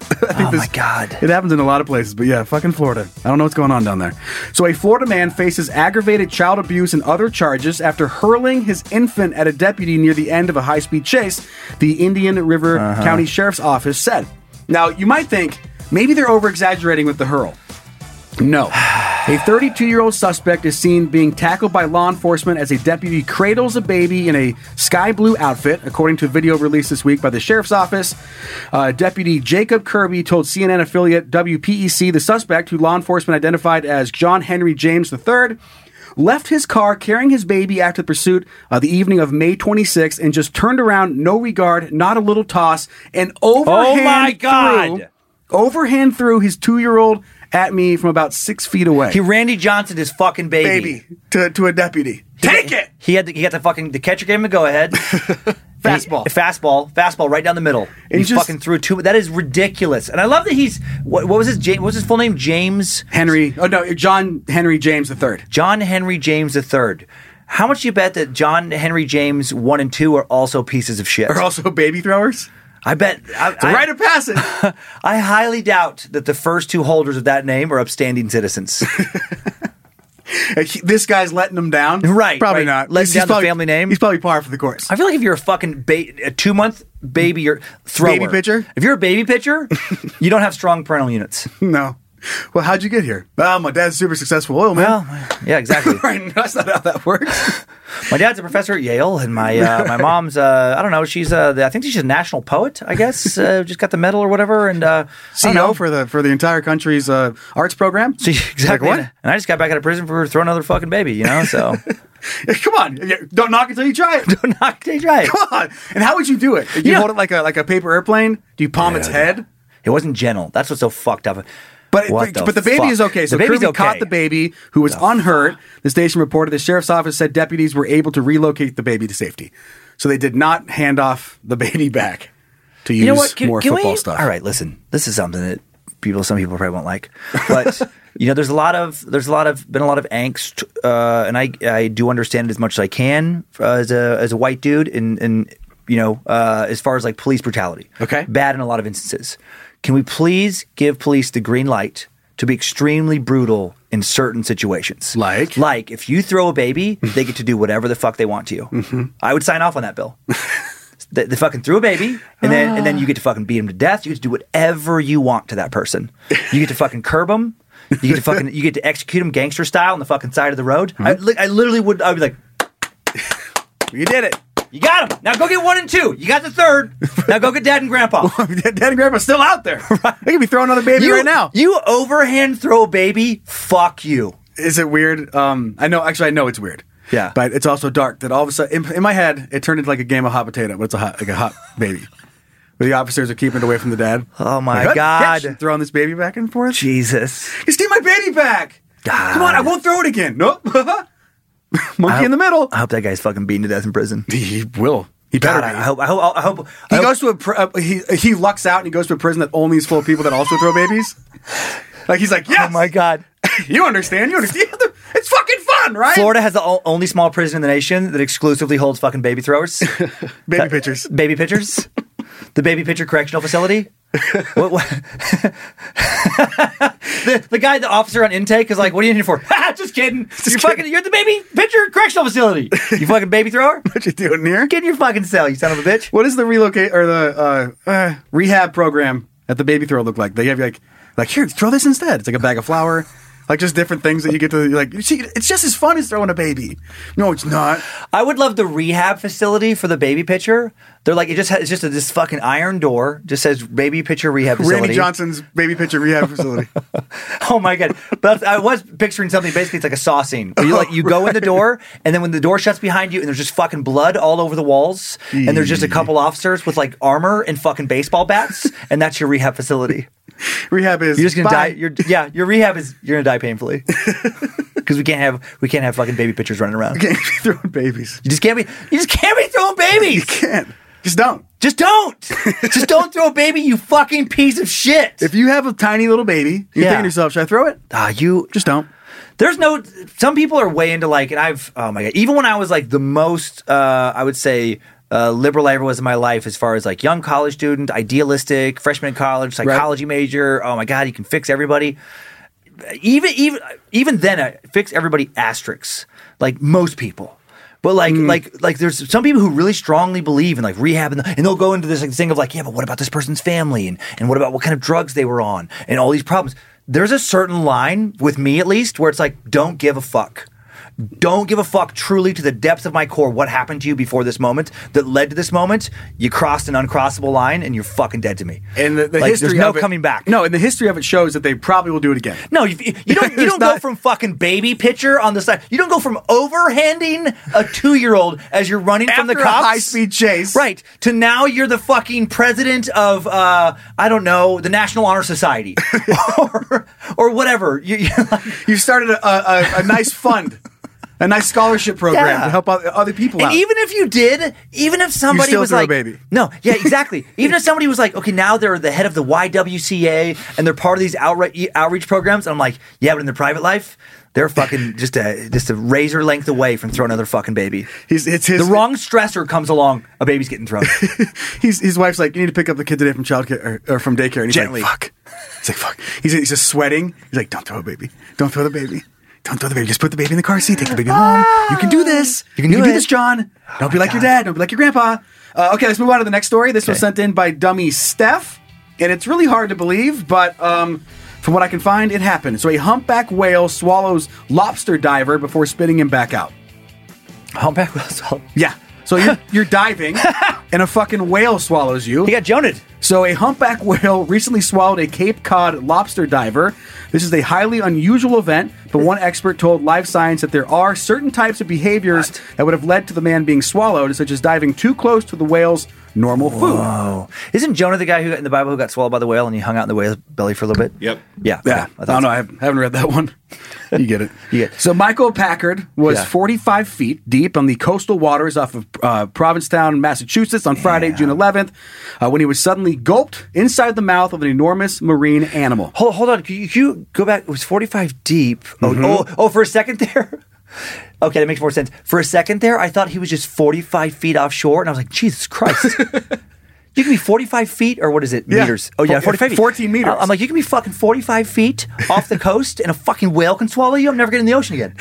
S3: oh my
S2: this-
S3: god!
S2: It happens in a lot of places, but yeah, fucking Florida. I don't know what's going on down there. So, a Florida man faces aggravated child abuse and other charges after hurling his infant at a deputy near the end of a high speed chase, the Indian River County Sheriff's Office said. Now, you might think maybe they're over exaggerating with the hurl. No. A 32 year old suspect is seen being tackled by law enforcement as a deputy cradles a baby in a sky blue outfit, according to a video released this week by the sheriff's office. Uh, Deputy Jacob Kirby told CNN affiliate WPEC the suspect, who law enforcement identified as John Henry James III, left his car carrying his baby after the pursuit uh, the evening of May 26th and just turned around, no regard, not a little toss, and overhand
S3: Oh my God.
S2: threw- overhand threw his two-year-old at me from about six feet away.
S3: He Randy Johnson his fucking baby.
S2: baby to, to a deputy. Take it.
S3: He had the, he got the fucking the catcher gave him a go ahead.
S2: Fastball.
S3: He- fastball, fastball, right down the middle.
S2: And
S3: he
S2: just-
S3: fucking threw two. That is ridiculous. And I love that he's what, what was his Ja- what was his full name? James
S2: Henry. Oh no, John Henry James III.
S3: John Henry James III. How much you bet that John Henry James one and two are also pieces of shit?
S2: Are also baby throwers.
S3: I bet. I,
S2: It's a
S3: I-
S2: rite of passage.
S3: I highly doubt that the first two holders of that name are upstanding citizens.
S2: Uh, he- this guy's letting them down.
S3: Right,
S2: Probably
S3: right.
S2: not.
S3: Letting down the
S2: probably-
S3: family name.
S2: He's probably par for the course.
S3: I feel like if you're a fucking ba- a two month baby or thrower,
S2: Baby pitcher?
S3: If you're a baby pitcher, you don't have strong parental units.
S2: no. Well, how'd you get here? Oh, my dad's super successful oil man.
S3: Well, yeah, exactly.
S2: Right, that's not how that works.
S3: My dad's a professor at Yale, and my uh, my mom's uh, I don't know. She's uh, the- I think she's a national poet. I guess uh, just got the medal or whatever. And uh, I don't know.
S2: CEO E for the for the entire country's uh, arts program.
S3: She- exactly.
S2: Like what?
S3: And I just got back out of prison for throwing another fucking baby. You know, so
S2: Come on, Yeah, don't knock until you try it.
S3: knock it right.
S2: Come on. And how would you do it? You
S3: Yeah.
S2: hold it like a like a paper airplane. Do you palm its head?
S3: It wasn't gentle. That's what's so fucked up.
S2: But
S3: What
S2: but, but the baby
S3: fuck?
S2: is okay. So
S3: the baby's
S2: Kirby
S3: okay.
S2: caught the baby who was unhurt. The station reported the sheriff's office said deputies were able to relocate the baby to safety. So they did not hand off the baby back to use
S3: You know what? Can,
S2: more
S3: can
S2: football
S3: we-
S2: stuff.
S3: All right, listen. This is something that people, some people probably won't like, but you know, there's a lot of, there's a lot of, been a lot of angst, uh, and I, I do understand it as much as I can uh, as a, as a white dude, and and you know, uh, as far as like police brutality,
S2: Okay.
S3: bad in a lot of instances. Can we please give police the green light to be extremely brutal in certain situations?
S2: Like?
S3: like if you throw a baby, they get to do whatever the fuck they want to you.
S2: Mm-hmm.
S3: I would sign off on that bill. They, they fucking threw a baby, and then and
S2: Ah.
S3: then you get to fucking beat him to death. You get to do whatever you want to that person. You get to fucking curb him. You get to fucking you get to execute him gangster style on the fucking side of the road. I, li- I literally would. I'd be like,
S2: Hmm? You did it.
S3: "You got him! Now go get one and two. You got the third. Now go get dad and grandpa."
S2: Dad and grandpa's still out there. They could be throwing another baby
S3: you,
S2: right now.
S3: You overhand throw a baby. Fuck you.
S2: Is it weird? Um, I know. Actually, I know it's weird.
S3: Yeah.
S2: but it's also dark. That all of a sudden, in, in my head, it turned into like a game of hot potato. But it's a hot, like a hot baby. The officers are keeping it away from the dad.
S3: Oh my
S2: Good
S3: God.
S2: catch. Throwing this baby back and forth.
S3: Jesus.
S2: Just get my baby back. Come on, I won't throw it again. Nope. Monkey in the middle.
S3: I hope that guy's fucking beaten to death in prison.
S2: He will. He better
S3: God,
S2: be.
S3: I hope. I hope. I hope.
S2: He
S3: I hope
S2: goes to a pr- uh, he he lucks out and he goes to a prison that only is full of people that also throw babies. Like he's like, yes,
S3: oh my God.
S2: you understand, you understand. It's fucking fun, right?
S3: Florida has the o- only small prison in the nation that exclusively holds fucking baby throwers,
S2: baby pictures.
S3: baby pitchers, the baby pitcher correctional facility. what, what? the, the guy, the officer on intake, is like, "What are you in here for?" "Ah, Just kidding. you're fucking. You're at the baby pitcher correctional facility. You fucking baby thrower.
S2: What you doing here?
S3: Get in your fucking cell, you son of a bitch.
S2: What does the relocate or the uh, uh, rehab program at the baby throw look like? They have you like like here, throw this instead. It's like a bag of flour. Like just different things that you get to like. You see, it's just as fun as throwing a baby. No, it's not.
S3: I would love the rehab facility for the baby pitcher. They're like, it just has it's just a, this fucking iron door. Just says baby pitcher rehab facility.
S2: Randy Johnson's baby picture rehab facility.
S3: Oh my god! But I was picturing something. Basically, it's like a saw scene. Where you like you go in the door, and then when the door shuts behind you, and there's just fucking blood all over the walls, and there's just a couple officers with like armor and fucking baseball bats, and that's your rehab facility.
S2: rehab is
S3: You're just gonna
S2: bye.
S3: die. You're, yeah, your rehab is you're gonna die painfully because we can't have we can't have fucking baby pitchers running around.
S2: Can't be throwing babies.
S3: You just can't be you just can't be throwing babies.
S2: Can't. Just don't.
S3: Just don't. just don't throw a baby, you fucking piece of shit.
S2: If you have a tiny little baby, you're
S3: Yeah.
S2: thinking to yourself, should I throw it?
S3: Ah, you
S2: Just don't.
S3: There's no. Some people are way into like, and I've. Oh my god. Even when I was like the most, uh, I would say. Uh, liberal I ever was in my life, as far as like young college student, idealistic, freshman in college, psychology major. Oh my god, you can fix everybody. Even even even then, I fix everybody asterisks. Like most people, but like
S2: Mm.
S3: like like there's some people who really strongly believe in like rehab and, and they'll go into this like, thing of like yeah, but what about this person's family and and what about what kind of drugs they were on and all these problems. There's a certain line with me at least where it's like don't give a fuck. Don't give a fuck truly to the depths of my core what happened to you before this moment that led to this moment. You crossed an uncrossable line and you're fucking dead to me.
S2: And the, the
S3: Like,
S2: history
S3: there's no
S2: of it-
S3: coming back.
S2: No, and the history of it shows that they probably will do it again.
S3: No, you, you don't. You
S2: There's
S3: don't go
S2: not-
S3: from fucking baby pitcher on the side. You don't go from overhanding a two year old as you're running from the
S2: After a
S3: cops.
S2: high-speed chase.
S3: right? To now you're the fucking president of uh, I don't know the National Honor Society or or whatever. You, you
S2: You started a, a, a, a nice fund, a nice scholarship program
S3: Yeah.
S2: to help oth- other people
S3: and
S2: out.
S3: even if you did, even if somebody
S2: still
S3: was
S2: threw a
S3: like,
S2: baby.
S3: no, yeah, exactly. even if somebody was like, okay, now they're the head of the YWCA and they're part of these outright outreach programs, I'm like, yeah, but in their private life. They're fucking just a just a razor length away from throwing another fucking baby.
S2: He's- it's his-
S3: the wrong stressor comes along, a baby's getting thrown.
S2: He's, his wife's like, you need to pick up the kid today from childcare or, or from daycare. And he's
S3: Gently.
S2: like, fuck. He's like, fuck. He's, he's just sweating. He's like, don't throw a baby. Don't throw the baby. Don't throw the baby. Just put the baby in the car seat. Take the baby home. You can do this. You can, do,
S3: it. Oh
S2: this, John. Don't be like your dad. Don't be like your grandpa. Uh, okay, let's move on to the next story. This was
S3: Okay.
S2: sent in by dummy Steph, and it's really hard to believe, but um, from what I can find, it happened. So a humpback whale swallows lobster diver before spitting him back out.
S3: Humpback whale swallow.
S2: Yeah. So you're, you're diving, and a fucking whale swallows you.
S3: He got joned.
S2: So, a humpback whale recently swallowed a Cape Cod lobster diver. This is a highly unusual event, but one expert told Live Science that there are certain types of behaviors that would have led to the man being swallowed, such as diving too close to the whale's normal food.
S3: Isn't Jonah the guy who got in the Bible who got swallowed by the whale and he hung out in the whale's belly for a little bit?
S5: Yep.
S3: Yeah.
S2: Yeah,
S3: okay.
S2: I
S3: I thought
S2: don't know. I haven't haven't read that one. You get it.
S3: You get it.
S2: So Michael Packard was
S3: Yeah.
S2: 45 feet deep on the coastal waters off of uh, Provincetown, Massachusetts, on Friday, June 11th, uh, when he was suddenly gulped inside the mouth of an enormous marine animal.
S3: Hold, hold on. Could you, could you go back? It was 45 deep. Oh,
S2: Mm-hmm.
S3: oh, oh, for a second there. Okay, that makes more sense. For a second there, I thought he was just 45 feet offshore, and I was like, Jesus Christ. you can be 45 feet, or what is it,
S2: Yeah.
S3: meters? Oh, yeah,
S2: Four-
S3: 45 feet.
S2: 14 meters.
S3: I- I'm like, you can be fucking 45 feet off the coast, and a fucking whale can swallow you. I'm never getting in the ocean again.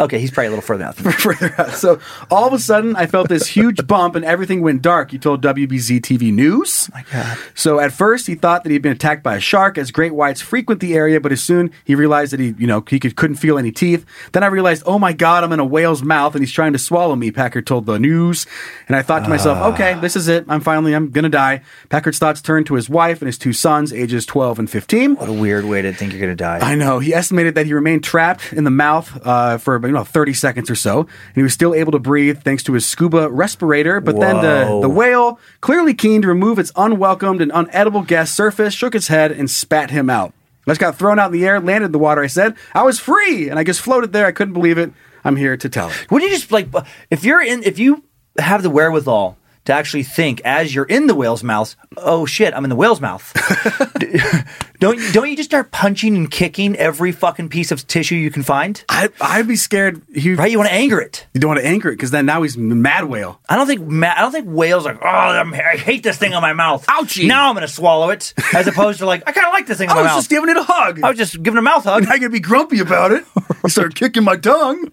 S3: okay, he's probably a little further out than me.
S2: further out. So all of a sudden, I felt this huge bump and everything went dark. He told WBZ TV News. My God. So at first, he thought that he'd been attacked by a shark, as great whites frequent the area. But as soon he realized that he, you know, he could, couldn't feel any teeth. Then I realized, oh my God, I'm in a whale's mouth and he's trying to swallow me. Packer told the news, and I thought to myself, okay, this is it. I'm finally, I'm gonna die. Packard's thoughts turn to his wife and his two sons, ages 12 and 15.
S3: What a weird way to think you're going to die.
S2: I know. He estimated that he remained trapped in the mouth uh, for you know 30 seconds or so, and he was still able to breathe thanks to his scuba respirator. But then the,
S3: Whoa.
S2: the whale, clearly keen to remove its unwelcomed and unedible guest, surfaced, shook its head, and spat him out. I just got thrown out in the air, landed in the water. I said, "I was free," and I just floated there. I couldn't believe it. I'm here to tell it.
S3: Wouldn't you just like if you're in if you have the wherewithal to actually think as you're in the whale's mouth? Oh shit, I'm in the whale's mouth. D- don't don't you just start punching and kicking every fucking piece of tissue you can find?
S2: I, I'd be scared. He,
S3: Right? You want to anger it.
S2: You don't want to anchor it because then now he's mad whale.
S3: I don't think ma- I don't think whales are. Oh, I'm, I hate this thing on my mouth.
S2: Ouchie.
S3: Now I'm gonna swallow it. As opposed to like, I kind of like this thing on
S2: I
S3: my
S2: was
S3: mouth.
S2: just giving it a hug.
S3: I was just giving a mouth hug.
S2: now you're gonna be grumpy about it. You start kicking my tongue.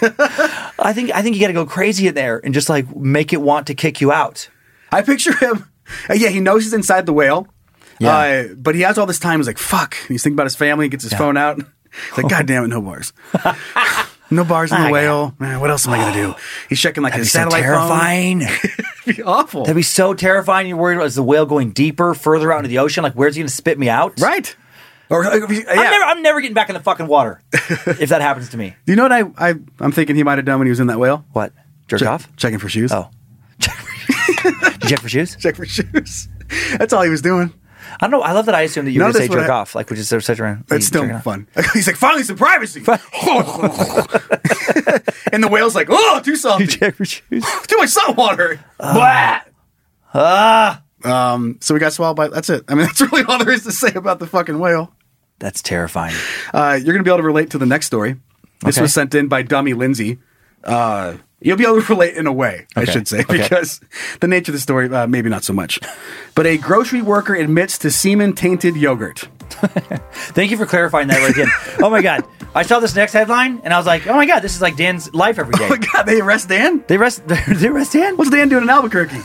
S3: I think I think you got to go crazy in there and just like make it want to kick you out.
S2: I picture him. uh, yeah, he knows he's inside the whale.
S3: Yeah.
S2: Uh, but he has all this time. He's like, fuck. And he's thinking about his family. He gets his phone out. He's like, God damn it, no bars. no bars in the whale. Man, what else am I going to do? He's checking like
S3: That'd be
S2: his
S3: so
S2: satellite
S3: terrifying.
S2: phone. It'd be awful.
S3: That'd be so terrifying. You're worried about is the whale going deeper, further out into the ocean? Like, where's he going to spit me out?
S2: right. Or, uh, yeah.
S3: I'm, never, I'm never getting back in the fucking water if that happens to me.
S2: you know what I, I, I'm thinking he might have done when he was in that whale?
S3: What? Jerk
S2: Check-
S3: off?
S2: Checking for shoes.
S3: Oh. Check for, check for shoes?
S2: Check for shoes. That's all he was doing.
S3: I don't know. I love that I assumed that you were
S2: None
S3: going
S2: of
S3: to say
S2: this would
S3: jerk
S2: ha-
S3: off. Like, which is such a.
S2: That's
S3: jerking
S2: still
S3: off.
S2: fun. He's like, finally some privacy. and the whale's like, oh, too salty.
S3: Check for shoes.
S2: Too much salt water.
S3: Ah.
S2: Blah. Um, so we got swallowed by. That's it. I mean, that's really all there is to say about the fucking whale.
S3: That's terrifying.
S2: Uh, you're gonna be able to relate to the next story. This
S3: Okay.
S2: was sent in by Dummy Lindsay. Uh, you'll be able to relate in a way, I
S3: Okay.
S2: should say,
S3: Okay.
S2: because the nature of the story, uh, maybe not so much. But a grocery worker admits to semen tainted yogurt.
S3: Thank you for clarifying that right again. oh my God. I saw this next headline and I was like, oh my God, this is like Dan's life every day.
S2: Oh my god, they arrest Dan?
S3: They rest. They rest Dan.
S2: What's Dan doing in Albuquerque?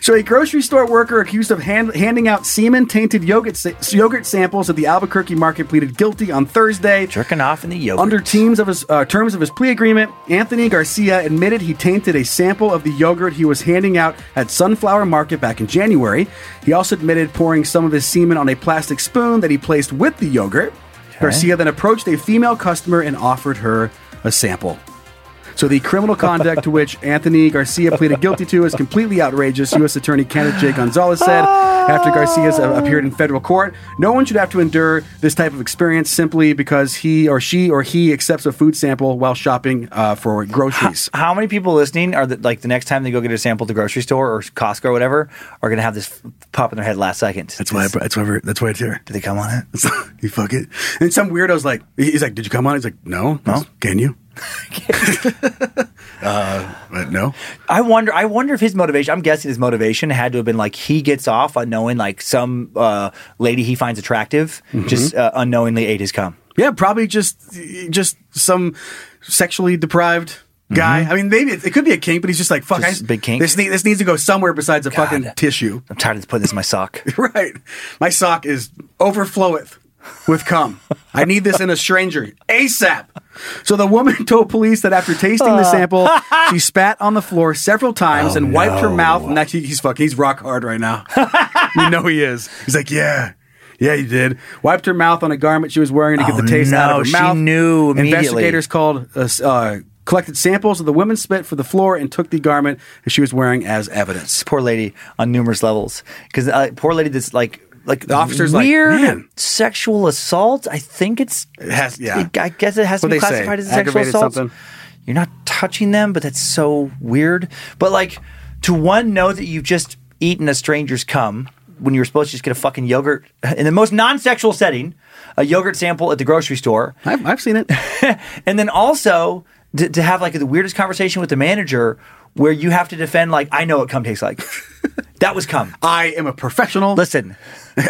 S2: so, a grocery store worker accused of hand, handing out semen tainted yogurt, sa- yogurt samples at the Albuquerque market pleaded guilty on Thursday.
S3: Jerking off in the yogurt.
S2: Under teams of his, uh, terms of his plea agreement, Anthony Garcia admitted he tainted a sample of the yogurt he was handing out at Sunflower Market back in January. He also admitted pouring some of his semen on a plastic spoon that he placed with the yogurt. Garcia then approached a female customer and offered her a sample. So the criminal conduct to which Anthony Garcia pleaded guilty to is completely outrageous, U.S. Attorney Kenneth J. Gonzalez said after Garcia's uh, appeared in federal court. No one should have to endure this type of experience simply because he or she or he accepts a food sample while shopping uh, for groceries.
S3: How many people listening are that like the next time they go get a sample at the grocery store or Costco or whatever are going to have this pop in their head last second?
S2: That's why. I, that's why. we're- That's why it's here.
S3: Did they come on it?
S2: you fuck it. And some weirdo's like, he's like, "Did you come on?" He's like, "No, no. Can you?" uh, no.
S3: I wonder. I wonder if his motivation. I'm guessing his motivation had to have been like he gets off on knowing like some uh, lady he finds attractive just uh, unknowingly ate his cum.
S2: Yeah, probably just just some sexually deprived guy. I mean, maybe it, it could be a kink, but he's just like, fuck,
S3: Mm-hmm. Just
S2: I,
S3: big kink.
S2: This, need, this needs to go somewhere besides a fucking tissue.
S3: I'm tired of putting this in my sock.
S2: right. My sock is overfloweth with cum. I need this in a stranger ASAP. So the woman told police that after tasting the sample, she spat on the floor several
S3: Oh,
S2: times and wiped her mouth. And actually, he's fucking, he's rock hard right now. you know he is. He's like, yeah. Yeah, you did. Wiped her mouth on a garment she was wearing to get
S3: Oh,
S2: the taste out
S3: no,
S2: of her
S3: she
S2: mouth.
S3: knew immediately.
S2: Investigators called, uh, s- uh, collected samples of the women's spit for the floor and took the garment that she was wearing as evidence.
S3: this poor lady on numerous levels because uh, poor lady that's like like the
S2: officer's like,
S3: weird
S2: "Man."
S3: sexual assault. I think it's
S2: It has- yeah.
S3: I guess it has to
S2: What'd
S3: be
S2: they say?
S3: classified as a sexual
S2: Aggravated
S3: assault.
S2: something?
S3: You're not touching them, but that's so weird. But like to one know that you've just eaten a stranger's cum when you were supposed to just get a fucking yogurt in the most non-sexual setting, a yogurt sample at the grocery store
S2: I've, I've seen it.
S3: and then also to, to have like the weirdest conversation with the manager where you have to defend like I know what cum tastes like. that was cum.
S2: I am a professional.
S3: Listen,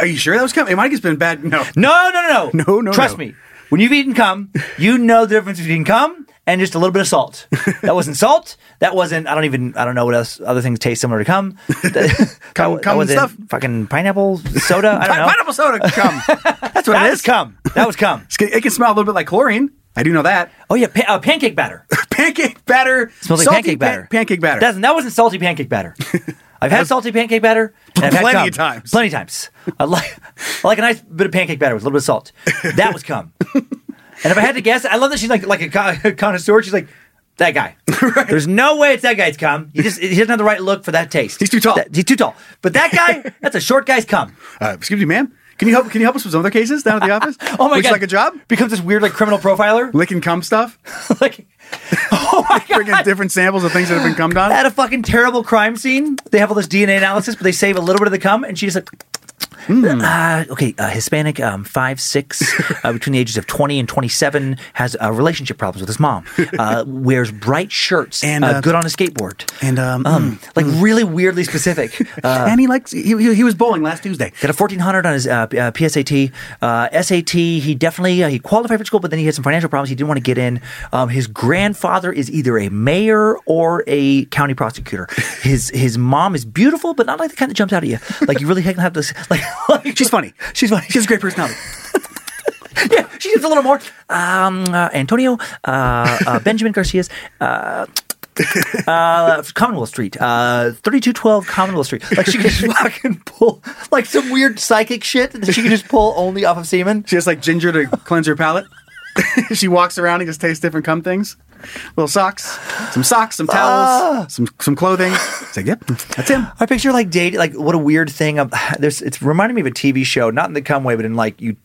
S2: Are you sure that was coming? It might have been bad. No.
S3: no, no, no, no,
S2: No, no,
S3: Trust
S2: no.
S3: me, when you've eaten cum, you know the difference between cum and just a little bit of salt. That wasn't salt. That wasn't. I don't even. I don't know what else. Other things taste similar to cum. That,
S2: Cum-
S3: that
S2: cum
S3: wasn't
S2: stuff.
S3: Fucking pineapple soda. I don't know.
S2: Pineapple soda. Come. That's what
S3: That
S2: it
S3: was
S2: is.
S3: cum. That was cum.
S2: It's- It can smell a little bit like chlorine. I do know that.
S3: Oh yeah, pa- uh, pancake batter.
S2: Pancake batter.
S3: Smells like
S2: salty
S3: pancake
S2: pan-
S3: batter.
S2: pancake batter.
S3: Doesn't that wasn't salty pancake batter? I've had salty pancake batter. and I've had
S2: Plenty
S3: cum.
S2: of times.
S3: Plenty of times. I like I like a nice bit of pancake batter with a little bit of salt. That was cum. and if I had to guess, I love that she's like like a con- connoisseur. She's like that guy. There's no way it's that guy's cum. He just he doesn't have the right look for that taste.
S2: He's too tall.
S3: That- he's too tall. But that guy, that's a short guy's cum.
S2: Uh, excuse me, ma'am. Can you help? Can you help us with some other cases down at the office?
S3: Oh my
S2: Would
S3: god!
S2: you like a job?
S3: Becomes this weird like criminal profiler.
S2: Licking cum stuff.
S3: like, oh my god!
S2: Bringing different samples of things that have been cummed on.
S3: at a fucking terrible crime scene. They have all this DNA analysis, but they save a little bit of the cum, and she's like,
S2: Hmm.
S3: uh, okay, uh, Hispanic, um, five six, uh, between the ages of twenty and twenty seven, has uh, relationship problems with his mom. Uh, wears bright shirts
S2: And,
S3: and
S2: uh,
S3: uh, good on a skateboard,
S2: and, um,
S3: like really weirdly specific. Uh,
S2: and he likes. He, he, he was bowling last Tuesday.
S3: Got a fourteen hundred on his uh, P- uh, PSAT, uh, SAT. He definitely uh, he qualified for school, but then he had some financial problems. He didn't want to get in. Um, his grandfather is either a mayor or a county prosecutor. His his mom is beautiful, but not like the kind that jumps out at you. Like you really can't have this. Like, like-
S2: She's funny.
S3: She's funny.
S2: She has a great personality.
S3: yeah, she gets a little more. Um, uh, Antonio uh, uh, Benjamin Garcia's. Uh, uh, Commonwealth Street, uh, thirty-two twelve Commonwealth Street. Like she can just fucking pull like some weird psychic shit that she can just pull only off of semen.
S2: She has like ginger to cleanse her palate. she walks around and just tastes different cum things. Little socks, some socks, some
S3: Ah.
S2: towels, some some clothing. It's like, yep, that's him.
S3: I picture like date, like what a weird thing. Of, there's, it's reminding me of a TV show, not in the cum way, but in like you.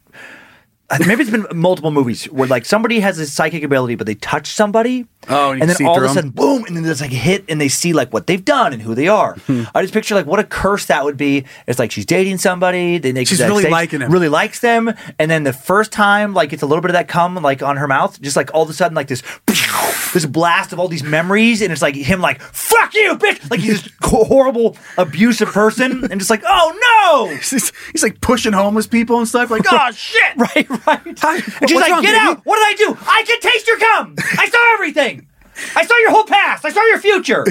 S3: Maybe it's been multiple movies where like somebody has a psychic ability, but they touch somebody,
S2: Oh, and you
S3: and, then
S2: see
S3: all of
S2: through
S3: a
S2: 'em.
S3: sudden, boom, and then there's like a hit, and they see like what they've done and who they are.
S2: Hmm.
S3: I just picture like what a curse that would be. It's like she's dating somebody, then they
S2: She's
S3: that
S2: really
S3: stage-
S2: liking him.
S3: really likes them, and then the first time like it's a little bit of that cum like on her mouth, just like all of a sudden like this. This blast of all these memories, and it's like him, like "fuck you, bitch!" Like he's this horrible, abusive person, and just like, "Oh no!"
S2: He's, he's like pushing homeless people and stuff. Like, oh shit.
S3: Right, right.
S2: Hi,
S3: and she's
S2: what's
S3: like,
S2: wrong,
S3: get
S2: baby?"
S3: out! What did I do? I can taste your cum! I saw everything! I saw your whole past! I saw your future!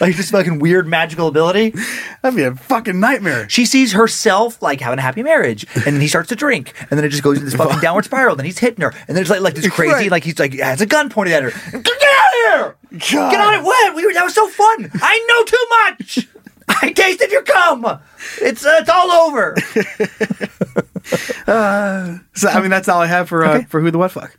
S3: like this fucking weird magical ability.
S2: That'd be a fucking nightmare.
S3: She sees herself like having a happy marriage, and then he starts to drink, and then it just goes into this fucking downward spiral, then he's hitting her, and then it's like like this crazy,
S2: Right.
S3: like he's like has a gun pointed at her. Get out of here!
S2: God.
S3: Get out of what? We were, that was so fun! I know too much! I tasted your cum! It's uh, it's all over.
S2: So I mean, that's all I have for uh, for who the what fuck.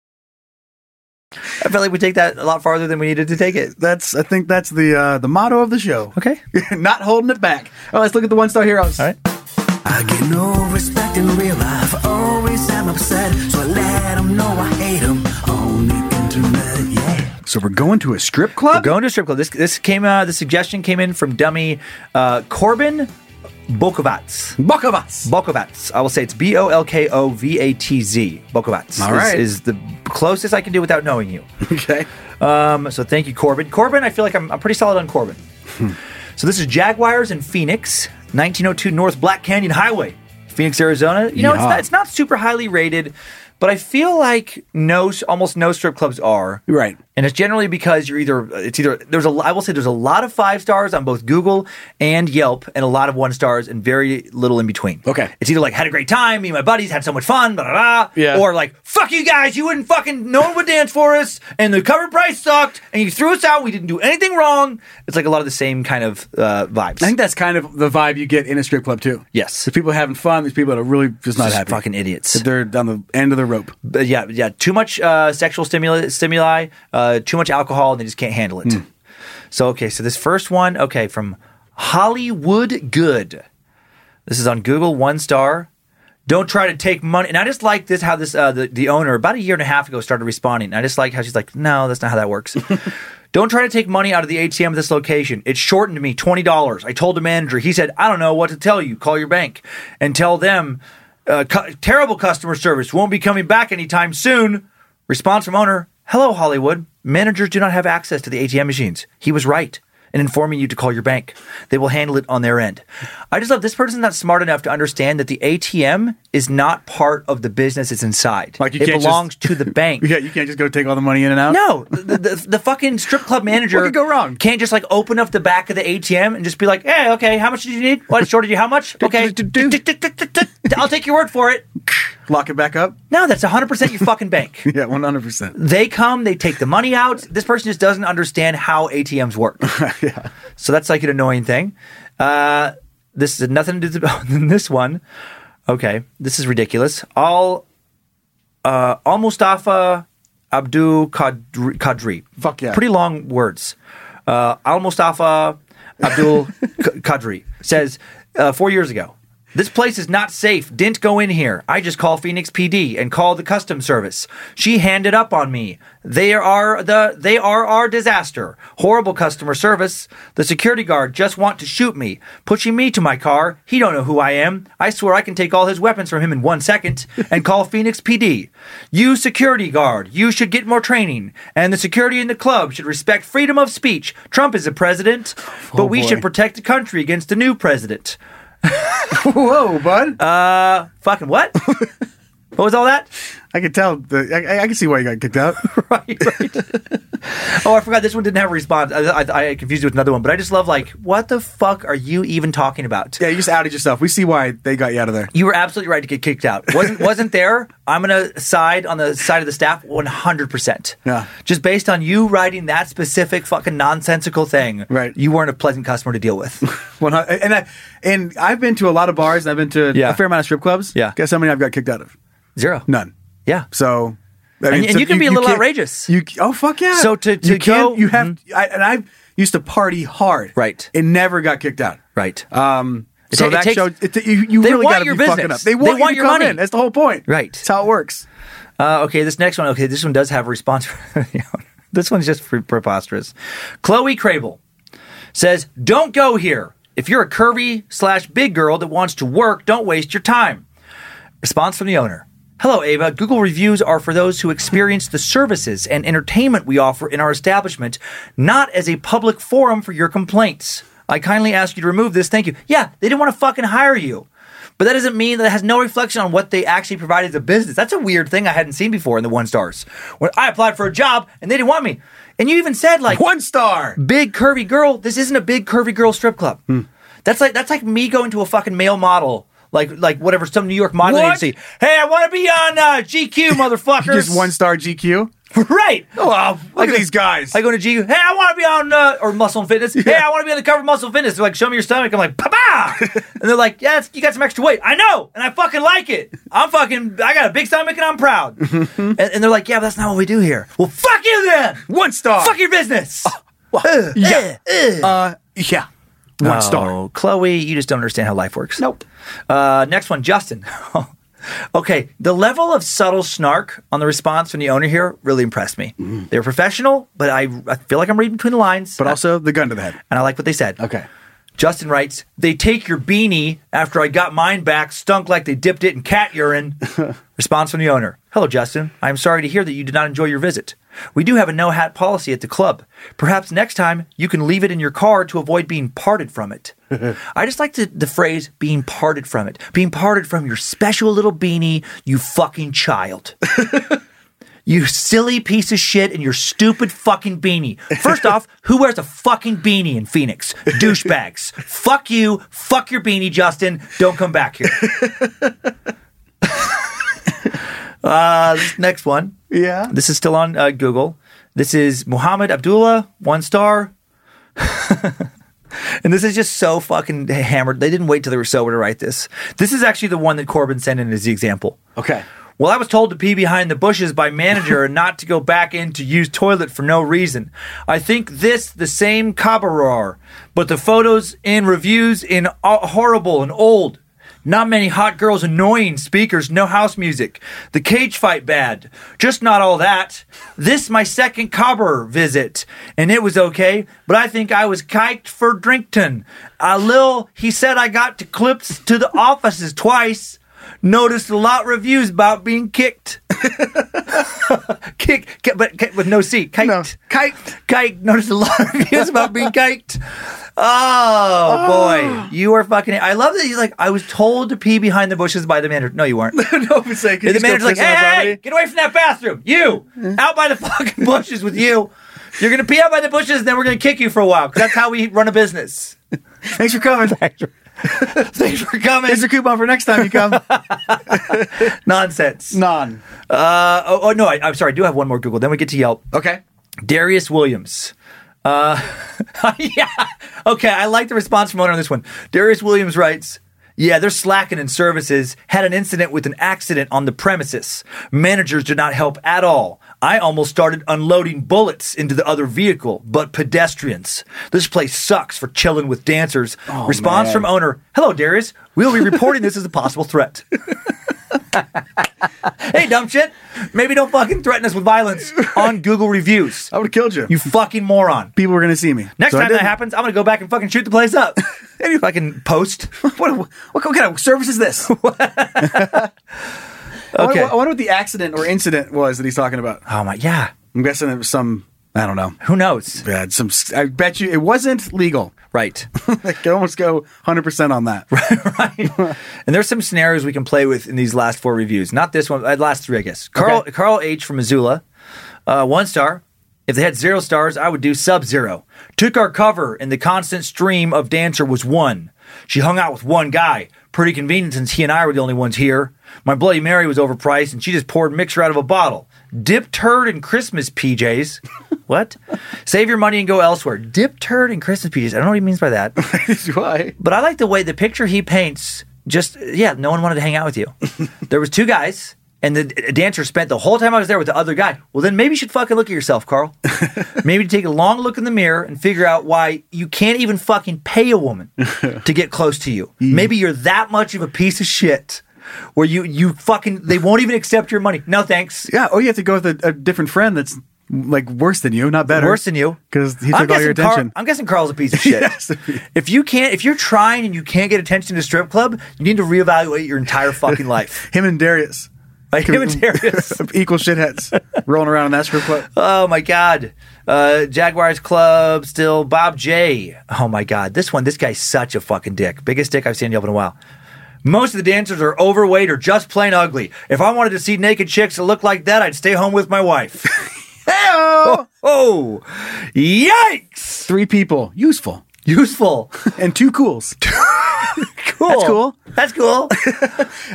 S3: I felt like we take that a lot farther than we needed to take it.
S2: That's I think that's the uh, the motto of the show.
S3: Okay.
S2: Not holding it back. Oh, let's look at the one star heroes.
S3: All right.
S4: I get no respect in real life. Always am upset, so I let 'em know I hate 'em on the internet. Yeah.
S2: So we're going to a strip club.
S3: We're going to a strip club. This this came uh, the suggestion came in from dummy uh, Corbin Bokovats.
S2: Bakavas.
S3: Bokovats. I will say it's B O L K O V A T Z. Bokovats.
S2: All
S3: is-
S2: right.
S3: is, the closest I can do without knowing you.
S2: Okay.
S3: Um, so thank you, Corbin. Corbin, I feel like I'm, I'm pretty solid on Corbin. so this is Jaguars and Phoenix, 1902 North Black Canyon Highway, Phoenix, Arizona. You know, it's
S2: Yeah.
S3: not, it's not super highly rated, but I feel like no, almost no strip clubs are.
S2: Right.
S3: And and it's generally because you're either it's either there's a I will say there's a lot of five stars on both Google and Yelp, and a lot of one stars and very little in between. Okay, it's either like had a great time, me and my buddies had so much fun, blah blah, blah
S7: Yeah.
S3: or like fuck you guys, you wouldn't fucking no one would dance for us, and the cover price sucked, and you threw us out, we didn't do anything wrong. It's like a lot of the same kind of uh, vibes.
S2: I think that's kind of the vibe you get in a strip club too.
S3: Yes,
S2: the people having fun. These people that are really just not
S3: Just
S2: happy,
S3: fucking idiots.
S2: They're on the end of the rope.
S3: But yeah, yeah, too much uh, sexual stimuli, stimuli, uh, too much alcohol, and they just can't handle
S2: Hmm.
S3: it. So okay, so this first one, okay, from Hollywood Good. This is on Google, one star. Don't try to take money. And I just like this how this uh, the, the owner about a year and a half ago started responding. And I just like how she's like, no, that's not how that works. Don't try to take money out of the ATM at this location. It shortened me twenty dollars. I told the manager. He said, I don't know what to tell you. Call your bank and tell them. Uh, cu- terrible customer service. Won't be coming back anytime soon. Response from owner: Hello, Hollywood. Managers do not have access to the ATM machines. He was right in informing you to call your bank. They will handle it on their end. I just love this person's not smart enough to understand that the ATM is not part of the business it's inside. Like
S2: you
S3: it
S2: can't just-
S3: belongs to the bank.
S2: Yeah, you can't just go take all the money in and out.
S3: No, the, the, the fucking strip club manager
S2: What could
S3: go wrong? Can't just like open up the back of the ATM and just be like, "Hey, okay, how much did you need? What shorted you? How much? Okay, I'll take your word for it."
S2: Lock it back up.
S3: No, that's 100% your fucking bank.
S2: yeah, 100%.
S3: They come, they take the money out. This person just doesn't understand how ATMs work. yeah. So that's like an annoying thing. Uh, this is nothing to do with this one. Okay, this is ridiculous. All uh, Al Mustafa Abdul Qadri, Qadri. Fuck
S2: yeah.
S3: Pretty long words. Uh, Al Mustafa Abdul Q- Qadri says uh, four years ago. This place is not safe. Didn't go in here. I just call Phoenix PD and call the custom service. She handed up on me. They are the they are our disaster. Horrible customer service. The security guard just want to shoot me, pushing me to my car. He don't know who I am. I swear I can take all his weapons from him in one second and call Phoenix PD. You security guard, you should get more training, and the security in the club should respect freedom of speech. Trump is a president, but we
S2: boy.
S3: should protect the country against the new president. Whoa, bud. Uh, fucking what? what was all that?
S2: I could tell. The, I, I can see why you got kicked out.
S3: Oh, I forgot this one didn't have a response. I, I, I confused it with another one, but I just love like, what the fuck are you even talking about?
S2: Yeah, you just outed yourself. We see why they got you out of there.
S3: You were absolutely right to get kicked out. wasn't wasn't there? I'm gonna side on the side of the staff 100. percent
S2: Yeah.
S3: Just based on you writing that specific fucking nonsensical thing, right? You weren't a pleasant customer to deal with.
S2: One hun- and I, and I've been to a lot of bars. and I've been to
S3: Yeah.
S2: a fair amount of strip clubs. Yeah, guess how many I've got kicked out of?
S3: Zero.
S2: None.
S3: Yeah.
S2: So,
S3: And- and
S2: so
S3: you can be a little
S2: can't-
S3: outrageous.
S2: You oh fuck yeah.
S3: So to- to
S2: you can't-
S3: go- Mm-hmm.
S2: you have I, and I used to party hard. Right. And never got kicked out.
S3: Right.
S2: Um.
S3: It
S2: so
S3: ta- it
S2: that
S3: takes-
S2: shows it, you, you
S3: They
S2: really
S3: want
S2: got to
S3: your
S2: be fucking
S3: business.
S2: up. They want, you to
S3: your
S2: come
S3: money.
S2: in. That's the whole point.
S3: Right.
S2: That's how it works.
S3: Uh, okay, this next one. Okay, this one does have a response. this one's just pre- preposterous. Chloe Crable says, "Don't go here. If you're a curvy slash big girl that wants to work, don't waste your time." Response from the owner. Hello, Ava. Google reviews are for those who experience the services and entertainment we offer in our establishment, not as a public forum for your complaints. I kindly ask you to remove this. Thank you. Yeah, they didn't want to fucking hire you. But that doesn't mean that it has no reflection on what they actually provided as a business. That's a weird thing I hadn't seen before in the one stars. When I applied for a job and they didn't want me. And you even said like one
S2: star.
S3: Big curvy girl. This isn't a big curvy girl strip club.
S2: Hmm.
S3: That's like that's like me going to a fucking male model. Like like whatever some New York modeling
S2: What?
S3: agency. Hey, I want to be on uh, GQ, motherfuckers.
S2: Just one star GQ.
S3: Right. Oh,
S2: wow. Look at these guys.
S3: I go to GQ. Hey, I want to be on uh, or Muscle and Fitness. Hey, I want to be on the cover of Muscle and Fitness. They're like, show me your stomach. I'm like, papa. and they're like, yeah, it's- you got some extra weight. I know, and I fucking like it. I'm fucking. I got a big stomach and I'm proud. and, and they're like, yeah, but that's not what we do here. Well, fuck you then.
S2: One star. Oh,
S3: Fuck your business.
S2: yeah. Uh, yeah. One star.
S3: Oh, Chloe, you just don't understand how life works. Nope. Uh, next one, Justin. okay, the level of subtle snark on the response from the owner here really impressed me. They were professional, but I, I feel like I'm reading between the lines. But
S2: Mm-hmm. also the gun to the head.
S3: And I like what they said.
S2: Okay.
S3: Justin writes, they take your beanie after I got mine back, stunk like they dipped it in cat urine. Response from the owner Hello, Justin. I am sorry to hear that you did not enjoy your visit. We do have a no hat policy at the club. Perhaps next time you can leave it in your car to avoid being parted from it. I just like the, the phrase being parted from it, being parted from your special little beanie, you fucking child. You silly piece of shit and your stupid fucking beanie. First off, who wears a fucking beanie in Phoenix? Douchebags. fuck you. Fuck your beanie, Justin. Don't come back here. uh, this next one.
S2: Yeah.
S3: This is still on uh, Google. This is Muhammad Abdullah, one star. and this is just so fucking hammered. They didn't wait till they were sober to write this. This is actually the one that Corbin sent in as the example.
S2: Okay.
S3: Well, I was told to pee behind the bushes by manager and not to go back in to use toilet for no reason. I think this the same Cabarar, but the photos and reviews in are horrible and old. Not many hot girls, annoying speakers, no house music. The cage fight bad. Just not all that. This my second Cobber visit, and it was okay, but I think I was kiked for Drinkton. A lil, he said I got to clips to the offices twice. Noticed a lot reviews about being kicked. Kick, ki- but ki- with no C. Kiked. Kiked. Kiked. Noticed a lot of reviews about being kiked. Oh, boy. You are fucking. I love that he's like, I was told to pee behind the bushes by the manager. No, you weren't.
S2: no, it's like,
S3: the
S2: he's still
S3: manager's like,
S2: pissing on
S3: hey, hey,
S2: property."
S3: get away from that bathroom. You, out by the fucking bushes with you. You're going to pee out by the bushes, and then we're going to kick you for a while 'cause that's how we run a business.
S2: Thanks for coming. Thanks
S3: for, coming.
S2: Here's a coupon for next time you come.
S3: Nonsense.
S2: None.
S3: Uh, oh, oh, no, I, I'm sorry. I do have one more Google. Then we get to Yelp.
S2: Okay.
S3: Darius Williams. Uh, yeah. Okay, I like the response from owner on this one. Darius Williams writes. Yeah, they're slacking in services. Had an incident with an accident on the premises. Managers did not help at all. I almost started unloading bullets into the other vehicle, but pedestrians. This place sucks for chilling with dancers.
S2: Oh,
S3: Response
S2: man.
S3: from owner Hello, Darius. We'll be reporting this as a possible threat. hey, dumb shit. Maybe don't fucking threaten us with violence on Google reviews. I
S2: would have killed you.
S3: You fucking moron.
S2: People were going to see me.
S3: Next
S2: So I
S3: time that
S2: didn't.
S3: happens, I'm gonna go back and fucking shoot the place up. Any fucking post.
S2: what, what, what kind of service is this? okay. I wonder, I wonder what the accident or incident was that he's talking about.
S3: Oh my, yeah.
S2: I'm guessing it was some. I don't know.
S3: Who knows?
S2: Yeah, some. I bet you it wasn't legal.
S3: Right.
S2: I can almost go 100 percent on that.
S3: And there's some scenarios we can play with in these last four reviews. Not this one, uh, last three, I guess. Carl Carl H from Missoula, uh, one star. If they had zero stars, I would do sub zero. Took our cover, and the constant stream of dancer was one. She hung out with one guy. Pretty convenient since he and I were the only ones here. My Bloody Mary was overpriced, and she just poured mixer out of a bottle. Dipped turd in Christmas PJs. what? Save your money and go elsewhere. Dipped turd in Christmas PJs. I don't know what he means by that.
S2: Why?
S3: But I like the way the picture he paints. Just yeah, no one wanted to hang out with you. there was two guys, and the d- dancer spent the whole time I was there with the other guy. Well, then maybe you should fucking look at yourself, Carl. maybe take a long look in the mirror and figure out why you can't even fucking pay a woman to get close to you. Maybe you're that much of a piece of shit where you you fucking they won't even accept your money. No thanks.
S2: Yeah. Or you have to go with a, a different friend that's like worse than you, not better.
S3: Worse than you.
S2: because he
S3: I'm
S2: took all your
S3: guessing Carl-
S2: attention.
S3: I'm guessing Carl's a piece of shit. If you can't, if you're trying and you can't get attention to strip club, you need to reevaluate your entire fucking life.
S2: him and Darius.
S3: Like him and Darius.
S2: equal shitheads rolling around in that strip club.
S3: Oh my god. Uh, Jaguars Club, still Bob J. Oh my god, this one, this guy's such a fucking dick. Biggest dick I've seen Yelp in a while. Most of the dancers are overweight or just plain ugly. If I wanted to see naked chicks that look like that, I'd stay home with my wife.
S2: Oh,
S3: oh, yikes!
S2: Three people, useful
S3: Useful.
S2: and two cools.
S3: Cool.
S2: That's cool.
S3: That's cool.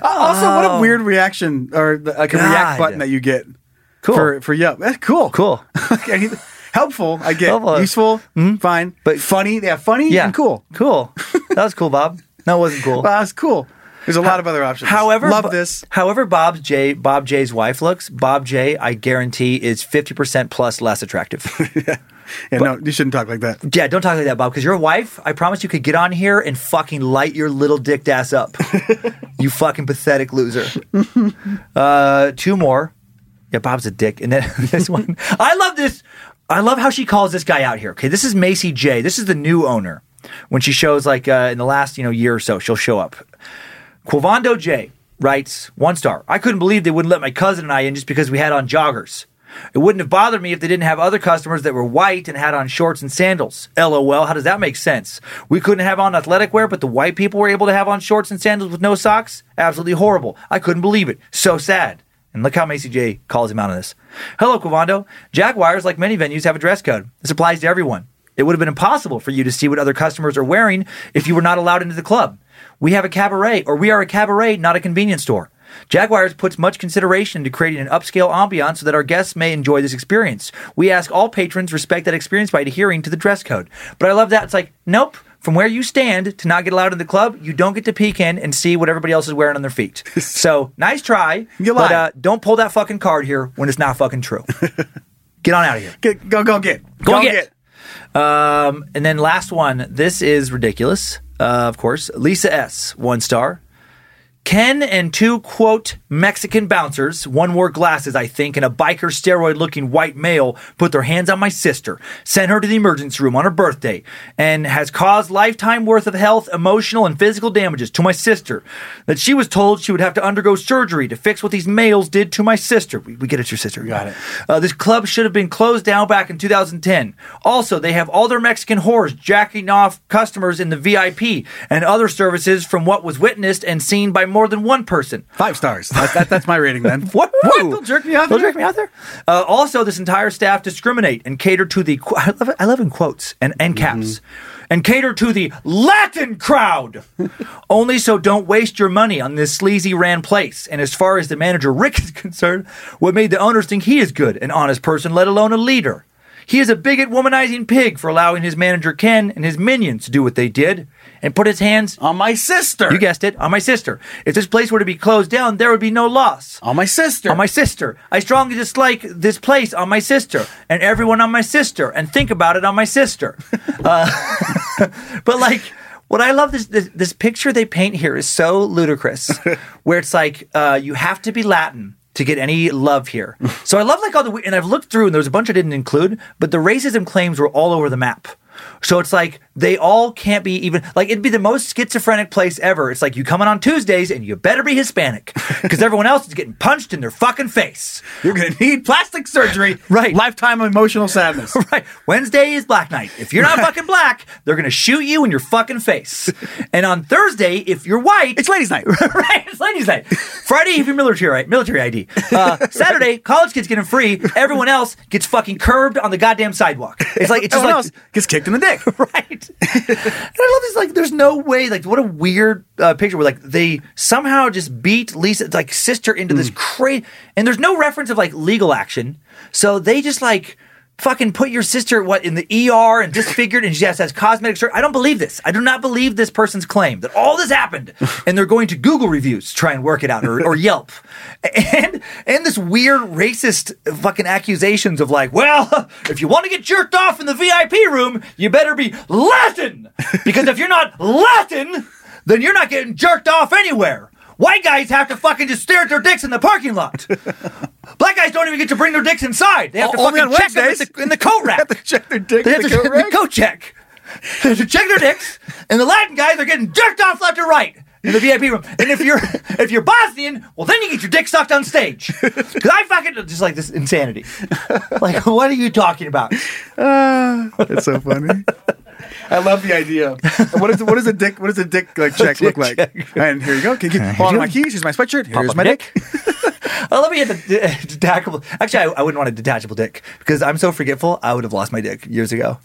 S2: Also, what a weird reaction or the- like a
S3: Oh. God.
S2: react button that you get.
S3: Cool.
S2: For for Yelp. That's cool.
S3: Cool.
S2: Okay. Helpful, I get.
S3: Helpful. Mm-hmm.
S2: Useful, fine. But funny, yeah, funny
S3: Yeah.
S2: and cool.
S3: Cool. That was cool, Bob. That wasn't cool.
S2: Well, that's cool. There's a lot of other options.
S3: However,
S2: love
S3: Bo-
S2: this.
S3: However, Bob J. Bob J's wife looks. Bob J. I guarantee is fifty percent plus less attractive.
S2: Yeah, no, you shouldn't talk like that.
S3: yeah, don't talk like that, Bob, because your wife. I promise you could get on here and fucking light your little dicked ass up. you fucking pathetic loser. uh, two more. Yeah, Bob's a dick, and then this one. I love this. I love how she calls this guy out here. Okay, this is Macy J. This is the new owner. When she shows like uh, in the last you know year or so, she'll show up. Quavando J writes, one star. I couldn't believe they wouldn't let my cousin and I in just because we had on joggers. It wouldn't have bothered me if they didn't have other customers that were white and had on shorts and sandals. LOL, how does that make sense? We couldn't have on athletic wear, but the white people were able to have on shorts and sandals with no socks? Absolutely horrible. I couldn't believe it. So sad. And look how Macy J calls him out on this. Hello, Quavando. Jaguars, like many venues, have a dress code. This applies to everyone. It would have been impossible for you to see what other customers are wearing if you were not allowed into the club. We have a cabaret, or we are a cabaret, not a convenience store. Jaguars puts much consideration into creating an upscale ambiance so that our guests may enjoy this experience. We ask all patrons respect that experience by adhering to the dress code. But I love that it's like, nope. From where you stand to not get allowed in the club, you don't get to peek in and see what everybody else is wearing on their feet. So nice try, but uh, don't pull that fucking card here when it's not fucking true. get on out of here.
S2: Get, go go get
S3: go, get. Um, and then last one. This is ridiculous. Uh, of course, Lisa S. One star. Ken and two quote Mexican bouncers, one wore glasses, I think, and a biker steroid looking white male put their hands on my sister, sent her to the emergency room on her birthday, and has caused lifetime worth of health, emotional, and physical damages to my sister. That she was told she would have to undergo surgery to fix what these males did to my sister. We, we get it, your sister. Got it. Uh, this club should have been closed down back in 2010. Also, they have all their Mexican whores jacking off customers in the VIP and other services from what was witnessed and seen by more than one person.
S2: Five stars. That, that, that's my rating then.
S3: what? What? They'll
S2: jerk me out
S3: They'll jerk me out there? Uh, also, this entire staff discriminate and cater to the, qu- I love, it- I love in quotes and, and
S2: Mm-hmm.
S3: caps, and cater to the Latin crowd. Only so don't waste your money on this sleazy ran place. And as far as the manager Rick is concerned, what made the owners think he is good, an honest person, let alone a leader? He is a bigot womanizing pig for allowing his manager Ken and his minions to do what they did and put his hands
S2: on my sister.
S3: You guessed it, on my sister. If this place were to be closed down, there would be no loss.
S2: On my sister.
S3: On my sister. I strongly dislike this place on my sister and everyone on my sister and think about it on my sister. uh, but like what I love this, this this picture they paint here is so ludicrous where it's like uh, you have to be Latin to get any love here. So I love like all the and I've looked through and there's a bunch I didn't include, but the racism claims were all over the map. So it's like they all can't be even like it'd be the most schizophrenic place ever. It's like you come in on Tuesdays and you better be Hispanic because everyone else is getting punched in their fucking face.
S2: You're gonna need plastic surgery,
S3: right?
S2: Lifetime of emotional sadness,
S3: right? Wednesday is Black Night. If you're not fucking black, they're gonna shoot you in your fucking face. and on Thursday, if you're white,
S2: it's Ladies' Night,
S3: right? It's Ladies' Night. Friday, if you're military, military ID. Uh, Saturday, college kids getting free. Everyone else gets fucking curbed on the goddamn sidewalk. It's like it's just
S2: Everyone
S3: like
S2: else gets kicked in the dick.
S3: right? and I love this. Like, there's no way. Like, what a weird uh, picture. Where like they somehow just beat Lisa, like sister, into this crazy. And there's no reference of like legal action. So they just like fucking put your sister what in the ER and disfigured, and she has, has cosmetic surgery. I don't believe this. I do not believe this person's claim that all this happened, and they're going to Google reviews to try and work it out, or, or Yelp, and and this weird racist fucking accusations of like, well, if you want to get jerked off in the VIP room, you better be Latin, because if you're not Latin, then you're not getting jerked off anywhere. White guys have to fucking just stare at their dicks in the parking lot. Black guys don't even get to bring their dicks inside. They have to
S2: O- only
S3: fucking
S2: on
S3: check them in
S2: Wednesdays.
S3: the, in the coat rack.
S2: Check their dick.
S3: They have
S2: the
S3: to check
S2: coat rack.
S3: the coat check. They have to check their dicks, and the Latin guys are getting jerked off left and right in the VIP room. And if you're if you're Bosnian, well, then you get your dick sucked on stage. Because I fucking just like this insanity. Like, what are you talking about?
S2: Ah, that's so funny. I love the idea. What is what is a dick? What does a dick like check
S3: dick
S2: look like?
S3: check.
S2: And here you go. Can you hold on my keys? Here's my sweatshirt.
S3: Pop
S2: Here's
S3: up
S2: my
S3: a
S2: dick.
S3: I love you had the uh, detachable. Actually, I, I wouldn't want a detachable dick because I'm so forgetful. I would have lost my dick years ago.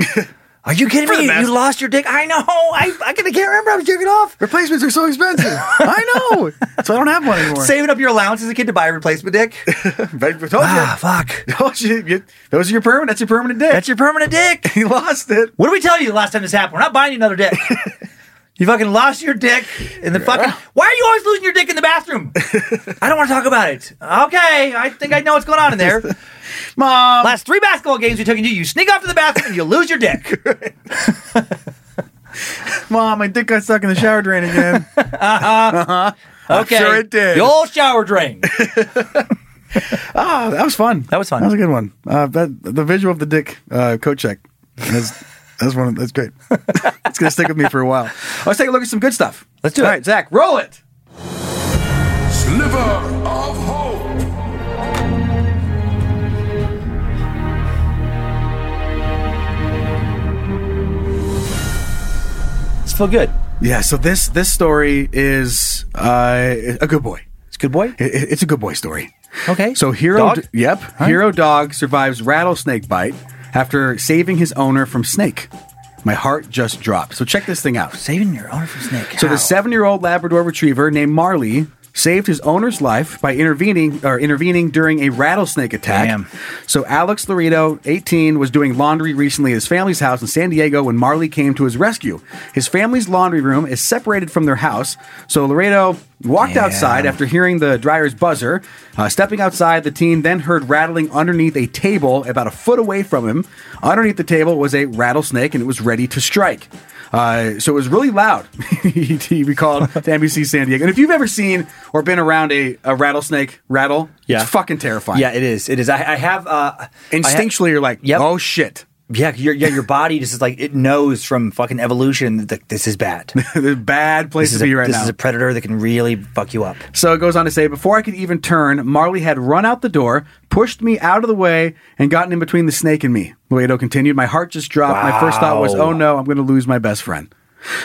S3: Are you kidding
S2: For the
S3: me?
S2: best.
S3: You lost your dick? I know. I, I can't remember. I was jerking off.
S2: Replacements are so expensive. I know. So I don't have one anymore.
S3: Saving up your allowance as a kid to buy a replacement dick.
S2: But I told you.
S3: ah, fuck.
S2: Told you, you- Those are your permanent. That's your permanent dick.
S3: That's your permanent dick.
S2: you lost it.
S3: What did we tell you the last time this happened? We're not buying you another dick. you fucking lost your dick in the fucking. Why are you always losing your dick in the bathroom? I don't want to talk about it. Okay, I think I know what's going on in there.
S2: Mom.
S3: Last three basketball games we took you, you sneak off to the bathroom and you lose your dick.
S2: Mom, my dick got stuck in the shower drain again.
S3: Okay.
S2: sure it did.
S3: The old shower drain.
S2: Ah, that was fun.
S3: That was fun.
S2: That was a good one. Uh, that, the visual of the dick uh, coat check. That's, that's one. Of, that's great. it's gonna stick with me for a while. Let's take a look at some good stuff.
S3: Let's do
S2: All
S3: it.
S2: right, Zach, roll it.
S7: Sliver of hope.
S3: It's feel good.
S2: Yeah. So this this story is uh, a good boy.
S3: It's good boy.
S2: It, it's a good boy story.
S3: Okay.
S2: So Hero,
S3: Dog?
S2: yep, Hero Dog survives rattlesnake bite after saving his owner from snake. My heart just dropped. So check this thing out.
S3: Saving your owner from snake.
S2: So the seven-year-old Labrador Retriever named Marley saved his owner's life by intervening or intervening during a rattlesnake attack. So Alex Laredo, 18, was doing laundry recently at his family's house in San Diego when Marley came to his rescue. His family's laundry room is separated from their house, so Laredo walked outside after hearing the dryer's buzzer. Uh, stepping outside, the teen then heard rattling underneath a table about a foot away from him. Underneath the table was a rattlesnake, and it was ready to strike. Uh, so it was really loud. he, he recalled to NBC San Diego. And if you've ever seen or been around a, a rattlesnake rattle,
S3: Yeah.
S2: it's fucking terrifying.
S3: Yeah, it is. It is. I, I have uh,
S2: Instinctually, you're like, oh shit.
S3: Yeah, your yeah, your body just is like it knows from fucking evolution that like, this is bad.
S2: bad place
S3: this
S2: to
S3: is
S2: be
S3: a,
S2: right
S3: This
S2: now.
S3: is a predator that can really fuck you up.
S2: So it goes on to say, before I could even turn, Marley had run out the door, pushed me out of the way, and gotten in between the snake and me. Laredo continued, my heart just dropped. My first thought was,
S7: Wow.
S2: oh no, I'm going to lose my best friend.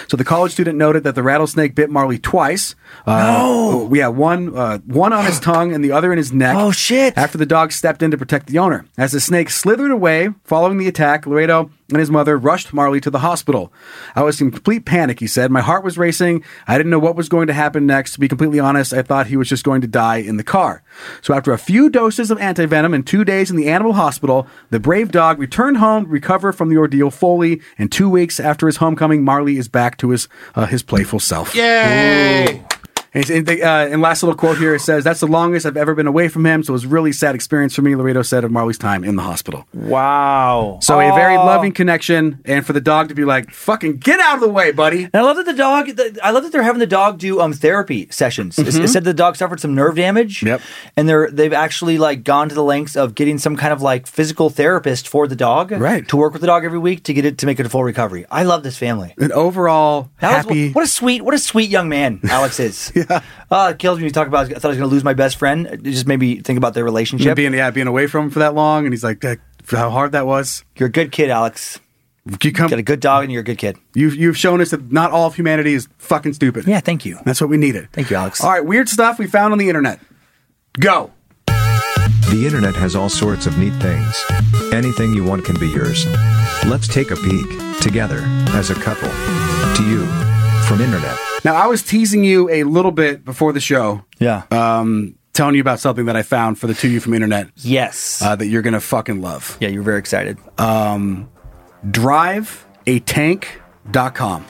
S2: So the college student noted that the rattlesnake bit Marley twice. Uh, yeah, one uh, one on his tongue and the other in his neck. Oh shit! After the dog stepped in to protect the owner, as the snake slithered away following the attack, Laredo and his mother rushed Marley to the hospital. I was in complete panic. He said, "My heart was racing. I didn't know what was going to happen next. To be completely honest, I thought he was just going to die in the car." So after a few doses of antivenom and two days in the animal hospital, the brave dog returned home, to recover from the ordeal fully, and two weeks after his homecoming, Marley is back to his uh, his playful self.
S7: Yay!
S2: And, and, they, uh, and last little quote here it says, That's the longest I've ever been away from him. So it was a really sad experience for me, Laredo said of Marley's time in the hospital.
S3: Wow. Oh.
S2: So a very
S3: Aw.
S2: loving connection. And for the dog to be like, fucking get out of the way, buddy.
S3: And I love that the dog. The, I love that they're having the dog do um therapy sessions. It- It
S2: Mhm.
S3: said the dog suffered some nerve damage. Mm-hmm. Yep. And they're they've actually like gone to the lengths of getting some kind of like physical therapist for the dog. Right. To work with the dog every week to get it to make it a full recovery. I love this family.
S2: And overall,
S3: happy. what a sweet, what a sweet young man Alex is. yeah. Uh, it kills me when you talk about. I thought I was going to lose my best friend. It just made me think about their relationship.
S2: Being, yeah, being away from him for that long. And he's like, "That- How hard that was.
S3: You're a good kid, Alex.
S2: You come, got
S3: a good dog and you're a good kid.
S2: You've, you've shown us that not all of humanity is fucking stupid.
S3: Yeah, thank you.
S2: That's what we needed.
S3: Thank you, Alex.
S2: All right, weird stuff we found on the internet. Go.
S8: The internet has all sorts of neat things. Anything you want can be yours. Let's take a peek, together, as a couple. To you, from internet.
S2: Now, I was teasing you a little bit before the show.
S3: Yeah.
S2: Um, telling you about something that I found for the two of you from internet.
S3: Yes.
S2: Uh, that you're going to fucking love.
S3: Yeah, you're very excited.
S2: Um, driveatank.com.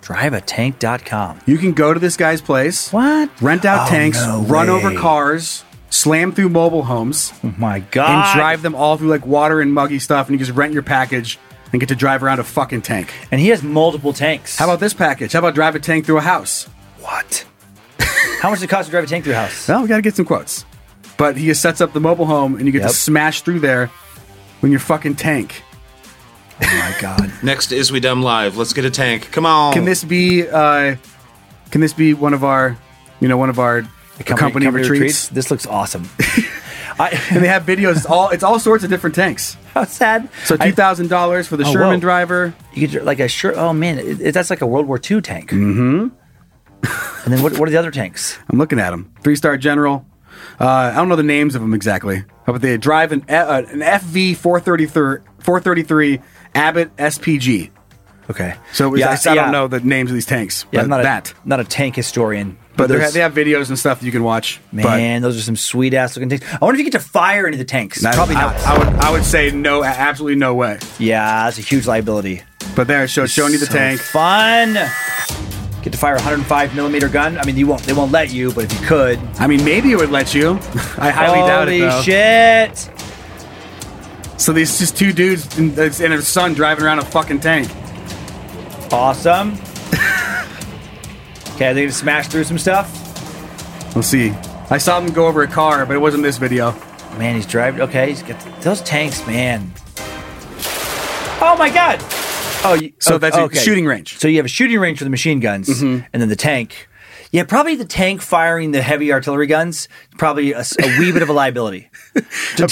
S3: Driveatank.com.
S2: You can go to this guy's place.
S3: What?
S2: Rent out
S3: Oh,
S2: tanks,
S3: no
S2: run
S3: way.
S2: over cars, slam through mobile homes.
S3: Oh my God.
S2: And drive them all through like water and muggy stuff, and you just rent your package and get to drive around a fucking tank.
S3: And he has multiple tanks.
S2: How about this package? How about drive a tank through a house?
S3: What? How much does it cost to drive a tank through a house?
S2: Well, we got to get some quotes. But he just sets up the mobile home, and you get
S3: Yep.
S2: to smash through there when your fucking tank.
S3: my God.
S5: Next is We Dumb Live. Let's get a tank. Come on.
S3: Oh.
S2: Can this be? Uh, can this be one of our, you know, one of our company, retreats?
S3: This looks awesome.
S2: and they have videos. It's all it's all sorts of different tanks.
S3: How sad!
S2: So two thousand dollars
S3: Oh,
S2: for the Sherman drive. driver.
S3: You could like a Sher. Oh man, it, it- that's like a World War II tank. Mm-hmm. and then what? What are the other tanks?
S2: I'm looking at them. Three star general. Uh, I don't know the names of them exactly. How about they drive an F- uh, an FV 433 433 Abbott SPG.
S3: Okay.
S2: So it was,
S3: Yeah,
S2: I, I
S3: yeah.
S2: don't know the names of these tanks.
S3: Yeah,
S2: but
S3: I'm not a,
S2: that.
S3: not a tank historian,
S2: But they
S3: there's-
S2: have, they have videos and stuff that you can watch.
S3: man, those are some sweet ass looking tanks. I wonder if you get to fire any of the tanks.
S2: But I-
S3: Probably
S2: I-
S3: not.
S2: I, would I would say no, a- absolutely no way.
S3: Yeah, that's a huge liability.
S2: But there, it shows showing you the
S3: So
S2: tank.
S3: Fun. Get to fire a 105 millimeter gun. I mean, you won't. They won't let you. But if you could,
S2: I mean, maybe it would let you. I highly doubt it.
S3: Holy
S2: Though.
S3: shit!
S2: So these just two dudes and, and his son driving around a fucking tank.
S3: Awesome. okay, they gonna smash through some stuff.
S2: Let's see. I saw them go over a car, but it wasn't this video.
S3: Man, he's driving. Okay, he's got those tanks, man. Oh my god! Oh, you,
S2: So
S3: oh,
S2: that's a shooting range. Mm-hmm.
S3: So you have a shooting range for the machine guns, and then the tank. Yeah, probably the tank firing the heavy artillery guns. Probably a, s- a wee bit of a liability.
S2: A-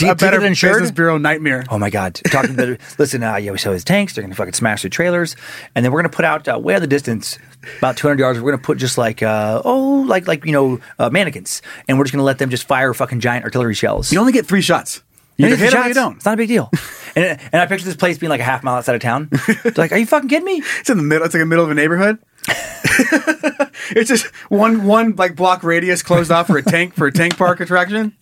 S2: a better Business
S3: bureau nightmare. Oh my god! Talking to the, listen, uh, yeah, we sell these tanks. They're gonna fucking smash the trailers, and then we're gonna put out uh, way out of the distance, about 200 yards. We're gonna put just like uh, oh, like like you know uh, mannequins, and we're just gonna let them just fire fucking giant artillery shells. You only get three shots.
S2: You
S3: only
S2: either
S3: get
S2: hit 'em or you don't.
S3: It's not a big deal. and, and I picture this place being like a half mile outside of town. They're like, are you fucking kidding me?
S2: It's in the middle. It's like the middle of a neighborhood. it's just one one like block radius closed off for a tank for a tank park attraction.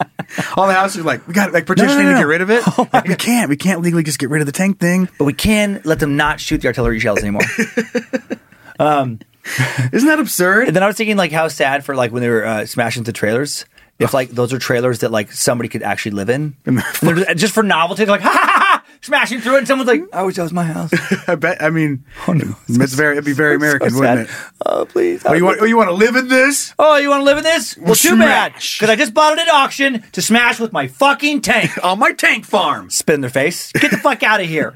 S2: All the houses are like we got like petitioning to get rid of it. Like, we can't. We can't legally just get rid of the tank thing.
S3: But we can let them not shoot the artillery shells anymore. um,
S2: Isn't that absurd?
S3: And then I was thinking like how sad for like when they were uh, smashing the trailers. If like those are trailers that like somebody could actually live in, And they're just- just for novelty, they're like ha ha ha, smashing through, it, and someone's like, "I wish that was my house."
S2: I bet. I mean, oh, no. it's very. It'd be very
S3: so
S2: American,
S3: sad.
S2: wouldn't it?
S3: Oh please!
S2: Oh, you want? Oh, you want to live in this?
S3: Oh, you want to live in this? Well, too bad,
S2: Smash.
S3: because I just bought it at auction to smash with my fucking tank
S2: on my tank farm.
S3: Spit in their face. Get the fuck out of here.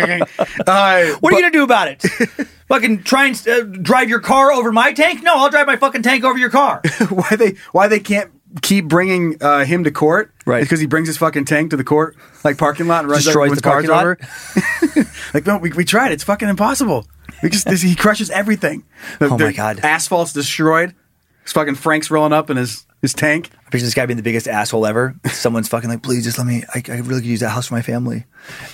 S3: what are you gonna do about it? fucking try and uh, drive your car over my tank? No, I'll drive my fucking tank over your car.
S2: why they? Why they can't keep bringing uh, him to court? Right, because he brings his fucking tank to the court, like parking lot, and runs
S3: Destroys
S2: everyone's
S3: the parking
S2: cars over. like no, we, we tried. It's fucking impossible. We just this, he crushes everything. The-
S3: Oh my
S2: the
S3: God.
S2: asphalt's destroyed. It's fucking Frank's rolling up in his his tank.
S3: I picture this guy being the biggest asshole ever. Someone's fucking like, please just let me. I, I really could use that house for my family.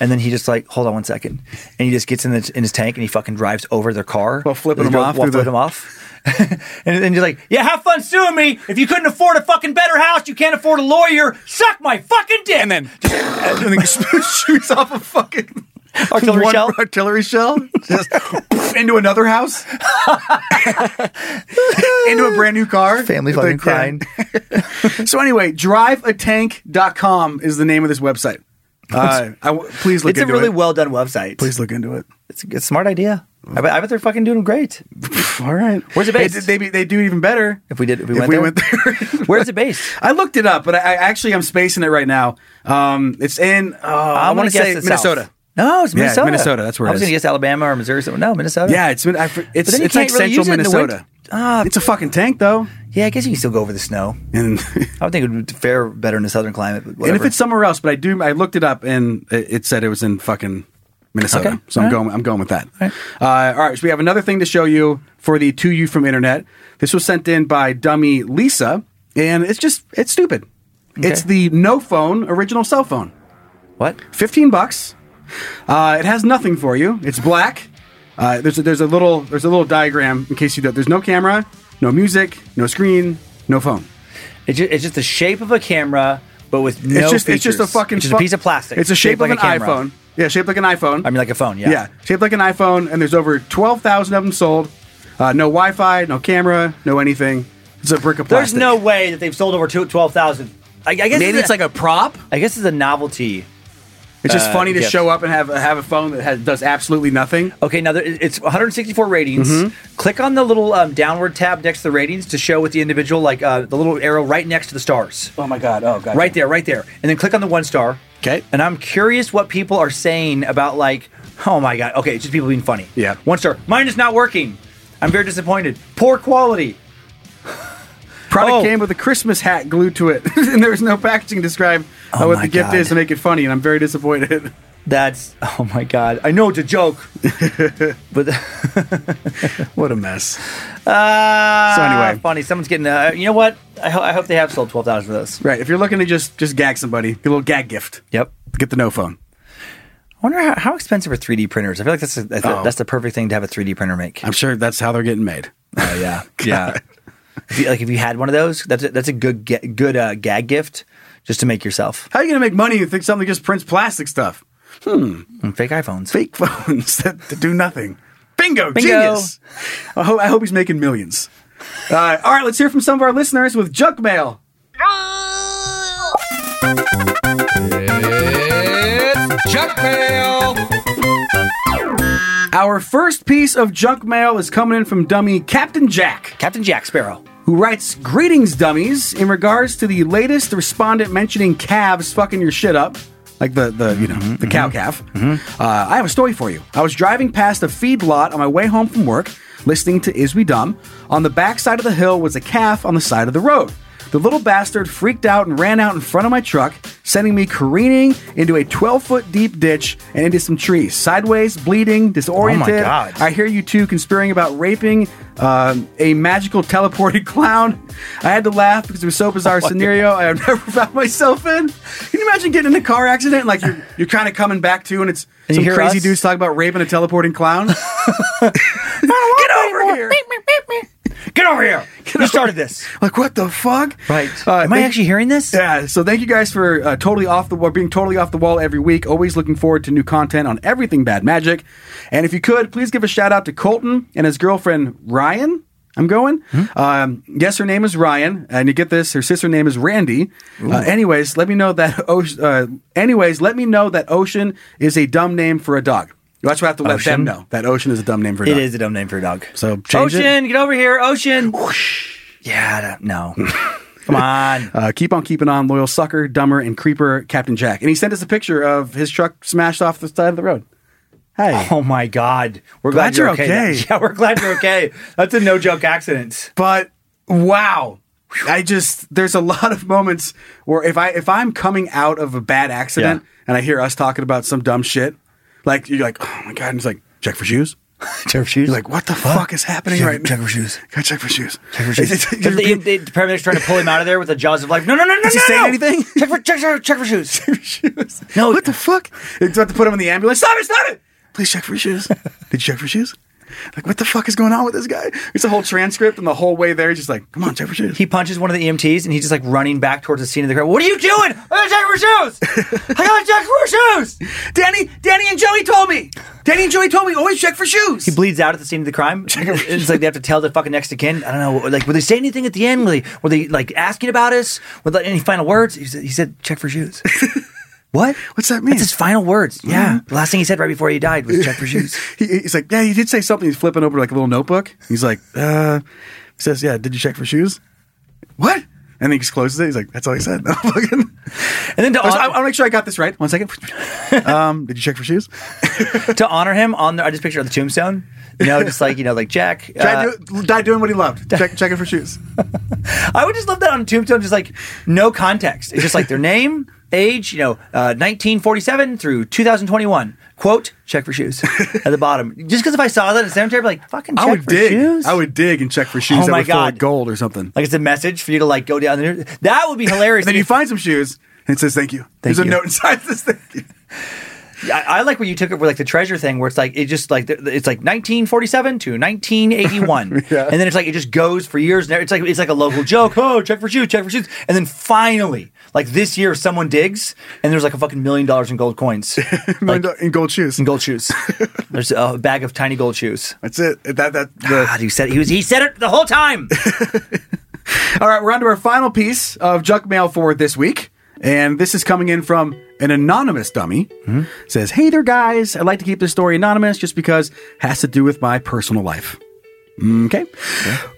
S3: And then he just like, hold on one second, and he just gets in, the, in his tank and he fucking drives over their car while
S2: flipping them off
S3: While
S2: through the-
S3: flipping them off. and then you're like, yeah, have fun suing me. If you couldn't afford a fucking better house, you can't afford a lawyer. Suck my fucking dick. And then,
S2: and then shoots off a fucking
S3: artillery
S2: One
S3: shell.
S2: Artillery shell. Just poof, into another house. into a brand new car.
S3: Family
S2: Like,
S3: fucking crying.
S2: yeah. so anyway, driveatank.com is the name of this website. Uh, I w- please look
S3: It's a
S2: into
S3: really
S2: it.
S3: well done website.
S2: Please look into it.
S3: It's a, it's a smart idea. I bet, I bet they're fucking doing great.
S2: All right.
S3: Where's it
S2: They
S3: based?
S2: did- They, be- they do even better.
S3: If we did, if we
S2: If
S3: went
S2: we
S3: there.
S2: went
S3: Where's it based?
S2: I looked it up, but I, I actually I'm spacing it right now. Um, it's in uh, I
S3: I'm
S2: want
S3: gonna
S2: to
S3: guess
S2: say
S3: the South.
S2: Minnesota.
S3: No, it's
S2: Yeah,
S3: Minnesota.
S2: Minnesota, that's where
S3: I
S2: it
S3: was
S2: is.
S3: gonna guess Alabama or Missouri. or Something. No, Minnesota.
S2: Yeah, it's been I, for-
S3: But
S2: it's
S3: then you
S2: it's like
S3: can't really
S2: central
S3: use it in the
S2: Minnesota.
S3: winter. Ah,
S2: it's a fucking tank though.
S3: Yeah, I guess you can still go over the snow.
S2: And
S3: I would think it would fare better in a southern climate. But
S2: and if it's somewhere else, but I do I looked it up and it, it said it was in fucking Minnesota.
S3: Okay,
S2: So I'm
S3: all right.
S2: going I'm going with that. All right. Uh, all right, so we have another thing to show you for the two you from internet. This was sent in by dummy Lisa, and it's just it's stupid. It's the no phone original cell phone.
S3: What?
S2: Fifteen bucks. Uh, it has nothing for you. It's black. Uh, there's a, there's a little there's a little diagram in case you don't. There's no camera, no music, no screen, no phone.
S3: it's just, it's just the shape of a camera, but with no
S2: it's just
S3: features.
S2: it's just a fucking
S3: It's just
S2: fu-
S3: a piece of plastic.
S2: It's a shape,
S3: shaped
S2: of
S3: like a
S2: an
S3: camera.
S2: iPhone. Yeah, shaped like an iPhone.
S3: I mean, like a phone. Yeah.
S2: yeah. shaped like an iPhone, and there's over twelve thousand of them sold. Uh, no Wi-Fi, no camera, no anything. It's a brick of
S3: There's
S2: plastic.
S3: no way that they've sold over two- 12,000. I, I guess
S2: Maybe it's like a prop.
S3: I guess it's a novelty.
S2: It's just
S3: uh,
S2: funny to
S3: gift.
S2: show up and have have a phone that has, does absolutely nothing.
S3: Okay, now there, it's 164 ratings.
S2: Mm-hmm.
S3: Click on the little um, downward tab next to the ratings to show what the individual, like uh, the little arrow right next to the stars.
S2: Oh my god! Oh god!
S3: Right there, right there. And then click on the one star. Okay. And I'm curious what people are saying about, like, oh my God. Okay, it's just people being funny.
S2: Yeah.
S3: One star. Mine is not working. I'm very disappointed. Poor quality.
S2: Product
S3: Oh.
S2: came with a Christmas hat glued to it, and there was no packaging to describe uh,
S3: Oh
S2: what
S3: my
S2: the gift
S3: God.
S2: is to make it funny. And I'm very disappointed.
S3: That's, oh my God. I know it's a joke. but,
S2: what a mess.
S3: uh,
S2: So anyway.
S3: funny. Someone's getting, uh, you know what? I, ho- I hope they have sold 12,000 of those.
S2: Right. If you're looking to just just gag somebody, get a little gag gift.
S3: Yep.
S2: Get the no phone.
S3: I wonder how, how expensive are 3D printers? I feel like that's a, that's, a-
S2: Oh.
S3: that's the perfect thing to have a 3D printer make.
S2: I'm sure that's how they're getting made.
S3: Oh yeah, yeah. If you, like if you had one of those, that's a, that's a good ga- good uh, gag gift just to make yourself.
S2: How are you going to make money? You think something just prints plastic stuff? Hmm.
S3: And Mm, fake iPhones.
S2: Fake phones that, that do nothing. Bingo,
S3: Bingo.
S2: genius. I hope, I hope he's making millions. Uh, all right, let's hear from some of our listeners with junk mail.
S7: Junk mail.
S2: Our first piece of junk mail is coming in from dummy Captain Jack.
S3: Captain Jack Sparrow.
S2: Who writes, Greetings, dummies, in regards to the latest respondent mentioning calves fucking your shit up. Like the, the you know, the cow calf. Uh, I have a story for you. I was driving past a feed lot on my way home from work listening to Is We Dumb. On the back side of the hill was a calf on the side of the road. The little bastard freaked out and ran out in front of my truck, sending me careening into a 12 foot deep ditch and into some trees, sideways, bleeding, disoriented.
S3: God.
S2: I hear you two conspiring about raping um, a magical teleported clown. I had to laugh because it was so bizarre
S3: Oh my
S2: scenario I have never found myself in. Can you imagine getting in a car accident and like you're, you're kind of coming back to and it's
S3: And you
S2: some
S3: hear
S2: crazy
S3: us?
S2: dudes talking about raping a teleporting clown?
S3: Get over here. Get over here. you started this.
S2: Like what the fuck?
S3: Right.
S2: Uh,
S3: Am I actually hearing this?
S2: Yeah. So thank you guys for uh, totally off the wall, being totally off the wall every week. Always looking forward to new content on everything Bad Magic. And if you could, please give a shout out to Colton and his girlfriend Ryan. I'm going.
S3: Hmm?
S2: Um, yes, her name is Ryan, and you get this. Her sister name is Randy. Uh, anyways, let me know that. O- uh, anyways, let me know that Ocean is a dumb name for a dog. You'll actually have to let them
S3: Ocean?
S2: know that Ocean is a dumb name for a
S3: It
S2: dog.
S3: is a dumb name for a dog.
S2: So change it.
S3: Ocean, get over here, Ocean. Yeah, I don't- no. Come on.
S2: Uh, keep on keeping on, loyal sucker, dumber, and creeper, Captain Jack. And he sent us a picture of his truck smashed off the side of the road. Hey.
S3: Oh my God. We're
S2: Glad
S3: glad,
S2: you're
S3: you're okay.
S2: okay.
S3: Yeah, we're glad you're okay. That's a no joke accident.
S2: But wow. I just there's a lot of moments where if I if I'm coming out of a bad accident and I hear us talking about some dumb shit, like you're like, oh my god, and it's like check for shoes.
S3: Check for shoes.
S2: You're like, what the fuck is happening
S3: Check-
S2: right now?
S3: check for shoes.
S2: Gotta check for shoes.
S3: Check for shoes.
S2: It's-
S3: the,
S2: it's- you're being-
S3: the- the paramedics trying to pull him out of there with the jaws of life. No, no, no, no,
S2: Is he
S3: no,
S2: saying
S3: no.
S2: anything?
S3: Check for check, for- check for shoes.
S2: shoes. No, what the fuck? They about to put him in the ambulance. Stop it! Stop it! Please check for your shoes. Did you check for your shoes? Like, what the fuck is going on with this guy? It's a whole transcript, and the whole way there, he's just like, come on, check for shoes.
S3: He punches one of the EMTs and he's just like running back towards the scene of the crime. What are you doing? I gotta check for shoes. I gotta check for shoes.
S2: Danny, Danny, and Joey told me. Danny and Joey told me always check for shoes.
S3: He bleeds out at the scene of the crime. It's like they have to tell the fucking next to kin. I don't know. Like, will they say anything at the end? Were they, were they like asking about us? Were there any final words? He said, he said check for shoes. what?
S2: What's that mean?
S3: That's his final words. Yeah. The last thing he said right before he died was check for shoes.
S2: He, he's like, yeah, he did say something. He's flipping over like a little notebook. He's like, uh, he says, yeah, did you check for shoes? What? And then he just closes it. He's like, that's all he said. Fucking-
S3: And then to,
S2: I
S3: hon-
S2: want to make sure I got this right. One second. um, did you check for shoes?
S3: to honor him on the, I just picture the tombstone. You know, just like, you know, like Jack.
S2: Died,
S3: uh,
S2: do- died doing what he loved. Check, checking for shoes.
S3: I would just love that on a tombstone, just like no context. It's just like their name, age, you know, uh, 1947 through 2021. Quote, check for shoes at the bottom. Just because if I saw that at the cemetery, I'd be like, fucking check
S2: I would
S3: for
S2: dig.
S3: shoes.
S2: I would dig and check for shoes
S3: Oh
S2: that
S3: my
S2: were full of
S3: God.
S2: gold or something.
S3: Like it's a message for you to like go down there. That would be hilarious.
S2: And then you find some shoes and it says thank you. There's a
S3: you.
S2: note inside this thank you.
S3: I, I like where you took it with like the treasure thing, where it's like it just like th- it's like 1947 to 1981, and then it's like it just goes for years. And it's like it's like a local joke. Oh, check for shoes, check for shoes, and then finally, like this year, someone digs, and there's like a fucking million dollars in gold coins, like
S2: in gold shoes.
S3: in gold shoes. there's a bag of tiny gold shoes.
S2: That's it. That that the,
S3: God, he said he was he said it the whole time.
S2: All right, we're on to our final piece of junk mail for this week. And this is coming in from an anonymous dummy. Says, Hey there, guys. I'd like to keep this story anonymous just because it has to do with my personal life. Okay.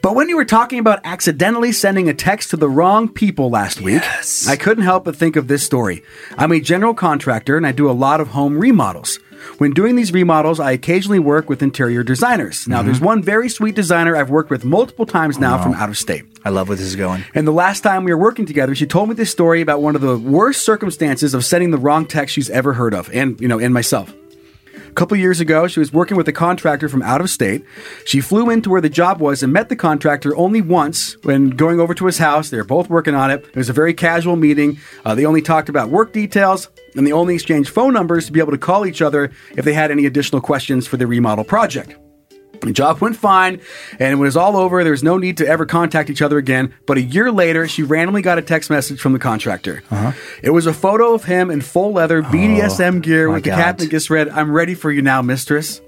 S2: But when you were talking about accidentally sending a text to the wrong people last week, I couldn't help but think of this story. I'm a general contractor and I do a lot of home remodels. When doing these remodels, I occasionally work with interior designers. Now, there's one very sweet designer I've worked with multiple times now from out of state.
S3: I love where this is going.
S2: And the last time we were working together, she told me this story about one of the worst circumstances of sending the wrong text she's ever heard of, and you know, and myself. A couple years ago, she was working with a contractor from out of state. She flew into where the job was and met the contractor only once when going over to his house. They were both working on it. It was a very casual meeting. Uh, they only talked about work details and they only exchanged phone numbers to be able to call each other if they had any additional questions for the remodel project. The job went fine, and when it was all over, there was no need to ever contact each other again. But a year later, she randomly got a text message from the contractor.
S3: Uh-huh.
S2: It was a photo of him in full leather BDSM gear
S3: Oh, my
S2: with the
S3: God.
S2: cap that just read, I'm ready for you now, mistress.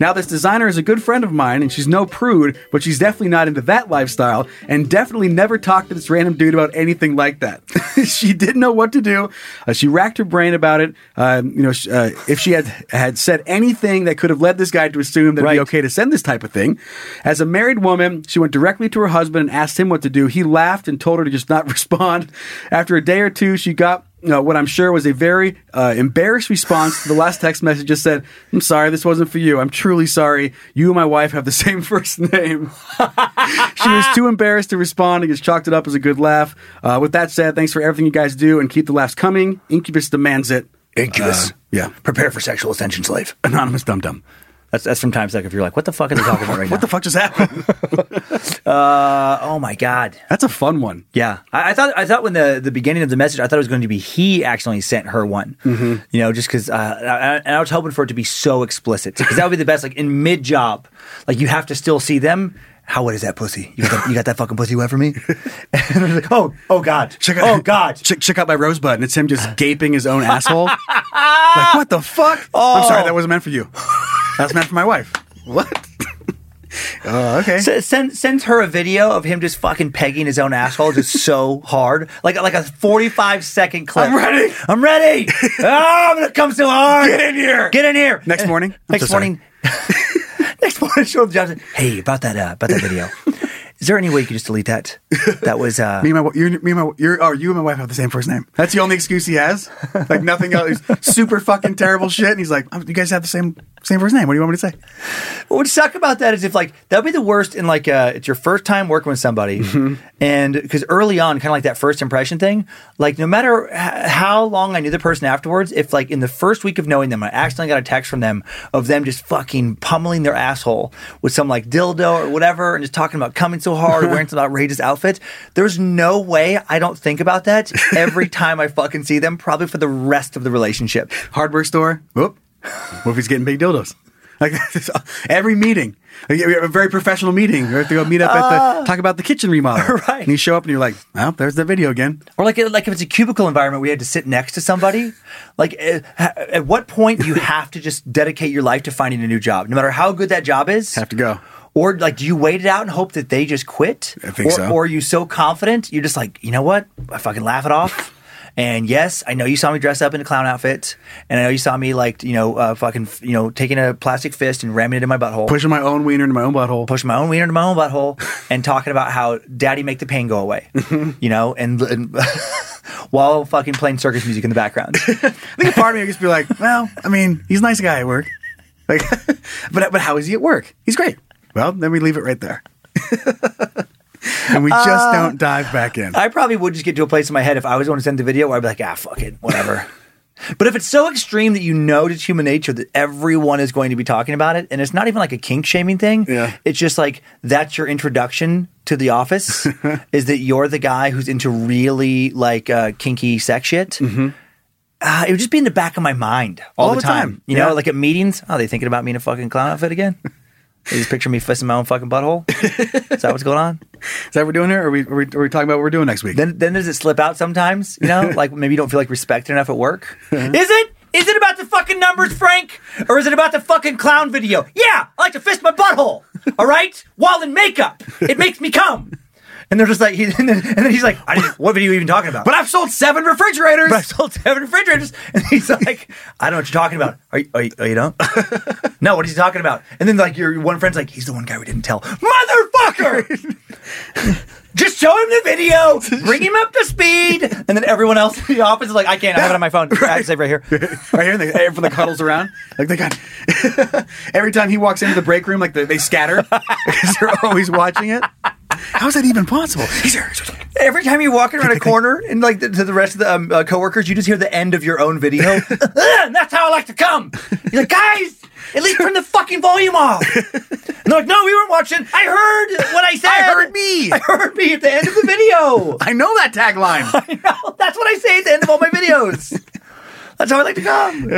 S2: Now, this designer is a good friend of mine, and she's no prude, but she's definitely not into that lifestyle, and definitely never talked to this random dude about anything like that. she didn't know what to do. Uh, she racked her brain about it. Uh, you know, sh- uh, if she had had said anything that could have led this guy to assume that it'd be
S3: Right.
S2: okay to send this type of thing, as a married woman, she went directly to her husband and asked him what to do. He laughed and told her to just not respond. After a day or two, she got uh, what I'm sure was a very uh, embarrassed response to the last text message just said, I'm sorry, this wasn't for you. I'm truly sorry. You and my wife have the same first name. she was too embarrassed to respond and just chalked it up as a good laugh. Uh, with that said, thanks for everything you guys do and keep the laughs coming. Incubus demands it. Uh,
S3: Incubus.
S2: yeah.
S3: Prepare for sexual ascension, slave.
S2: Anonymous dum dum.
S3: That's that's from Time Suck. If you're like, what the fuck are they talking about right
S2: What the fuck just happened?
S3: now? Uh, oh my god.
S2: That's a fun one.
S3: Yeah, I, I thought I thought when the the beginning of the message, I thought it was going to be he accidentally sent her one. Mm-hmm. You know, just because, uh, I- I- and I was hoping for it to be so explicit because that would be the best. Like in mid job, like you have to still see them. How wet is that pussy? You got that, you got that fucking pussy wet for me? and I was like, oh, oh god,
S2: Check
S3: oh god.
S2: Check, check out my rosebud, and it's him just gaping his own asshole. like, what the fuck? I'm sorry, that wasn't meant for you. That's meant for my wife. What? Uh, okay.
S3: S- send, sends her a video of him just fucking pegging his own asshole just so hard, like like a forty five second clip.
S2: I'm ready.
S3: I'm ready. oh, I'm gonna come so hard.
S2: Get in here.
S3: Get in here. Eh,
S2: Next morning? I'm
S3: Next
S2: so sorry.
S3: morning. next morning. Show Johnson. Hey, about that uh, about that video. Is there any way you could just delete that? That was uh,
S2: Me and my wi- you me and my you're, oh, you and my wife have the same first name. That's the only excuse he has. Like nothing else. He's super fucking terrible shit. And he's like, "Oh, you guys have the same same first name. What do you want me to say?
S3: What would suck about that is if like that would be the worst in like uh, it's your first time working with somebody, and because early on, kind of like that first impression thing, like no matter h- how long I knew the person afterwards, if like in the first week of knowing them, I accidentally got a text from them of them just fucking pummeling their asshole with some like dildo or whatever, and just talking about coming so hard, or wearing some outrageous outfit. There's no way I don't think about that every time I fucking see them, probably for the rest of the relationship.
S2: Hardware store. Whoop. What if he's getting big dildos? Like this- uh, every meeting, Like, we have a very professional meeting. We have to go meet up at the talk about the kitchen remodel.
S3: Ah. Right.
S2: And you show up and you're like, "Well, there's the video again."
S3: Or like like if it's a cubicle environment where you had to sit next to somebody, like uh, ha- at what point do you have to just dedicate your life to finding a new job, no matter how good that job is?
S2: Have to go.
S3: Or like, do you wait it out and hope that they just quit?
S2: I think
S3: or,
S2: so.
S3: Or are you so confident you're just like, you know what? I fucking laugh it off. And yes, I know you saw me dress up in a clown outfit, and I know you saw me like you know uh, fucking you know taking a plastic fist and ramming it in my butthole
S2: Pushing my own wiener into my own butthole.
S3: pushing my own wiener into my own butthole and talking about how daddy make the pain go away, you know, and, and while fucking playing circus music in the background.
S2: I think a part of me would just be like, well, I mean, he's a nice guy at work. Like, but but how is he at work? He's great. Well, then we leave it right there, and we just don't dive back in.
S3: I probably would just get to a place in my head if I was going to send the video where I'd be like, ah, fuck it, whatever. but if it's so extreme that you know it's human nature that everyone is going to be talking about it, and it's not even like a kink shaming thing,
S2: Yeah.
S3: it's just like that's your introduction to the office is that you're the guy who's into really like uh, kinky sex shit. Uh, it would just be in the back of my mind all, the, time. You
S2: yeah.
S3: know, like at meetings, oh, they thinking about me in a fucking clown outfit again? They just picture me fisting my own fucking butthole. Is that what's going on?
S2: Is that what we're doing here? Or are we, are we are we talking about what we're doing next week?
S3: Then then does it slip out sometimes? You know, like maybe you don't feel like respected enough at work. is it? Is it about the fucking numbers, Frank? Or is it about the fucking clown video? Yeah, I like to fist my butthole. All right, while in makeup, it makes me come. And they're just like, he, and, then, and then he's like, I didn't, what video are you even talking about?
S2: but I've sold seven refrigerators.
S3: But I sold seven refrigerators. And he's like, I don't know what you're talking about. Are you, are you, oh, you don't? no, what is he talking about? And then like your one friend's like, he's the one guy we didn't tell. Motherfucker! Just show him the video, bring him up to speed. And then everyone else in the office is like, I can't, I have it on my phone. I have to save right here.
S2: right here, and they, everyone like huddles around. Like they got every time he walks into the break room, like they, they scatter because they're always watching it. How is that even possible? He's here. he's here.
S3: Every time you're walking around a corner and like to the rest of the um, uh, coworkers, you just hear the end of your own video. "Ugh, that's how I like to come. You're like, guys, at least turn the fucking volume off. And they're like, no, we weren't watching. I heard what I said.
S2: I heard me.
S3: I heard me at the end of the video.
S2: I know that tagline.
S3: I know. That's what I say at the end of all my videos. That's how I like to come.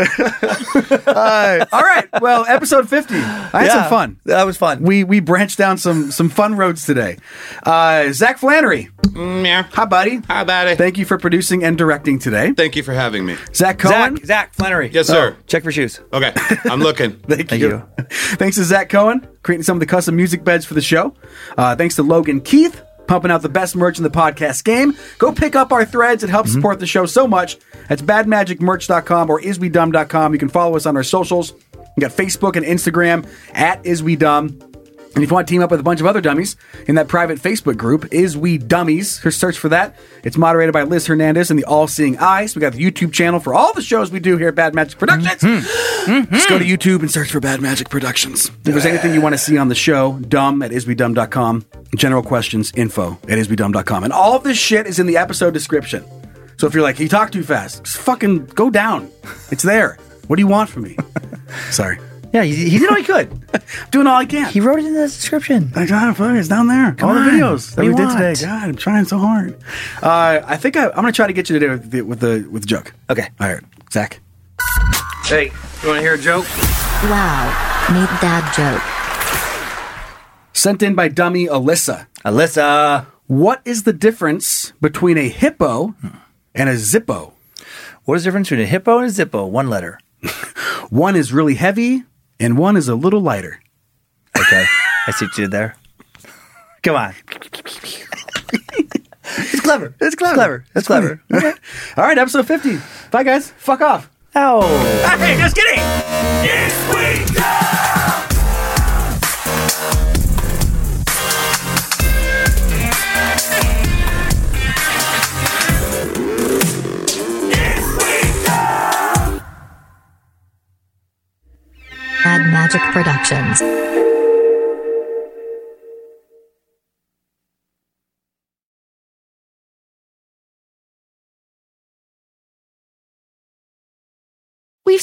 S2: Uh, all right. Well, episode fifty. I had some fun.
S3: That was fun.
S2: we we branched down some some fun roads today. Uh, Zach Flannery,
S5: yeah.
S2: hi buddy.
S5: How about it?
S2: Thank you for producing and directing today.
S5: Thank you for having me.
S2: Zach Cohen.
S3: Zach, Zach Flannery.
S5: Yes, sir.
S3: Check for shoes.
S5: Okay, I'm looking.
S2: Thank,
S3: Thank
S2: you.
S3: you.
S2: thanks to Zach Cohen creating some of the custom music beds for the show. Uh, thanks to Logan Keith pumping out the best merch in the podcast game. Go pick up our threads. It helps support the show so much. That's badmagicmerch.com or iswedumb.com. You can follow us on our socials. We got Facebook and Instagram at iswedumb. And if you want to team up with a bunch of other dummies in that private Facebook group, Is We Dummies, her search for that. It's moderated by Liz Hernandez and the All Seeing Eyes. We got the YouTube channel for all the shows we do here at Bad Magic Productions. Just go to YouTube and search for Bad Magic Productions. Hmm. If there's anything you want to see on the show, dumb at isbedumb.com, general questions, info at isbedumb.com. And all of this shit is in the episode description. So if you're like, he talked too fast, just fucking go down. It's there. What do you want from me? Sorry.
S3: Yeah, he, he did all he could.
S2: Doing all I can. He
S3: wrote it in the description.
S2: I got it, fuck, it's down there.
S3: All the videos that we, did today.
S2: God, I'm trying so hard. Uh, I think I, I'm going to try to get you today with the, with the with the joke. Okay. All right, Zach.
S3: Hey, you want to hear a joke?
S1: Wow, made that joke.
S2: Sent in by dummy Alyssa.
S3: Alyssa.
S2: What is the difference between a hippo and a zippo?
S3: What is the difference between a hippo and a zippo? One letter.
S2: one is really heavy and one is a little lighter.
S3: Okay, I see what you did there. Come on. it's clever. It's clever. clever. It's clever.
S2: Okay. All right, episode 50. Bye, guys. Fuck off.
S3: Ow.
S2: Hey, just kidding.
S1: Bad Magic Productions.
S9: We've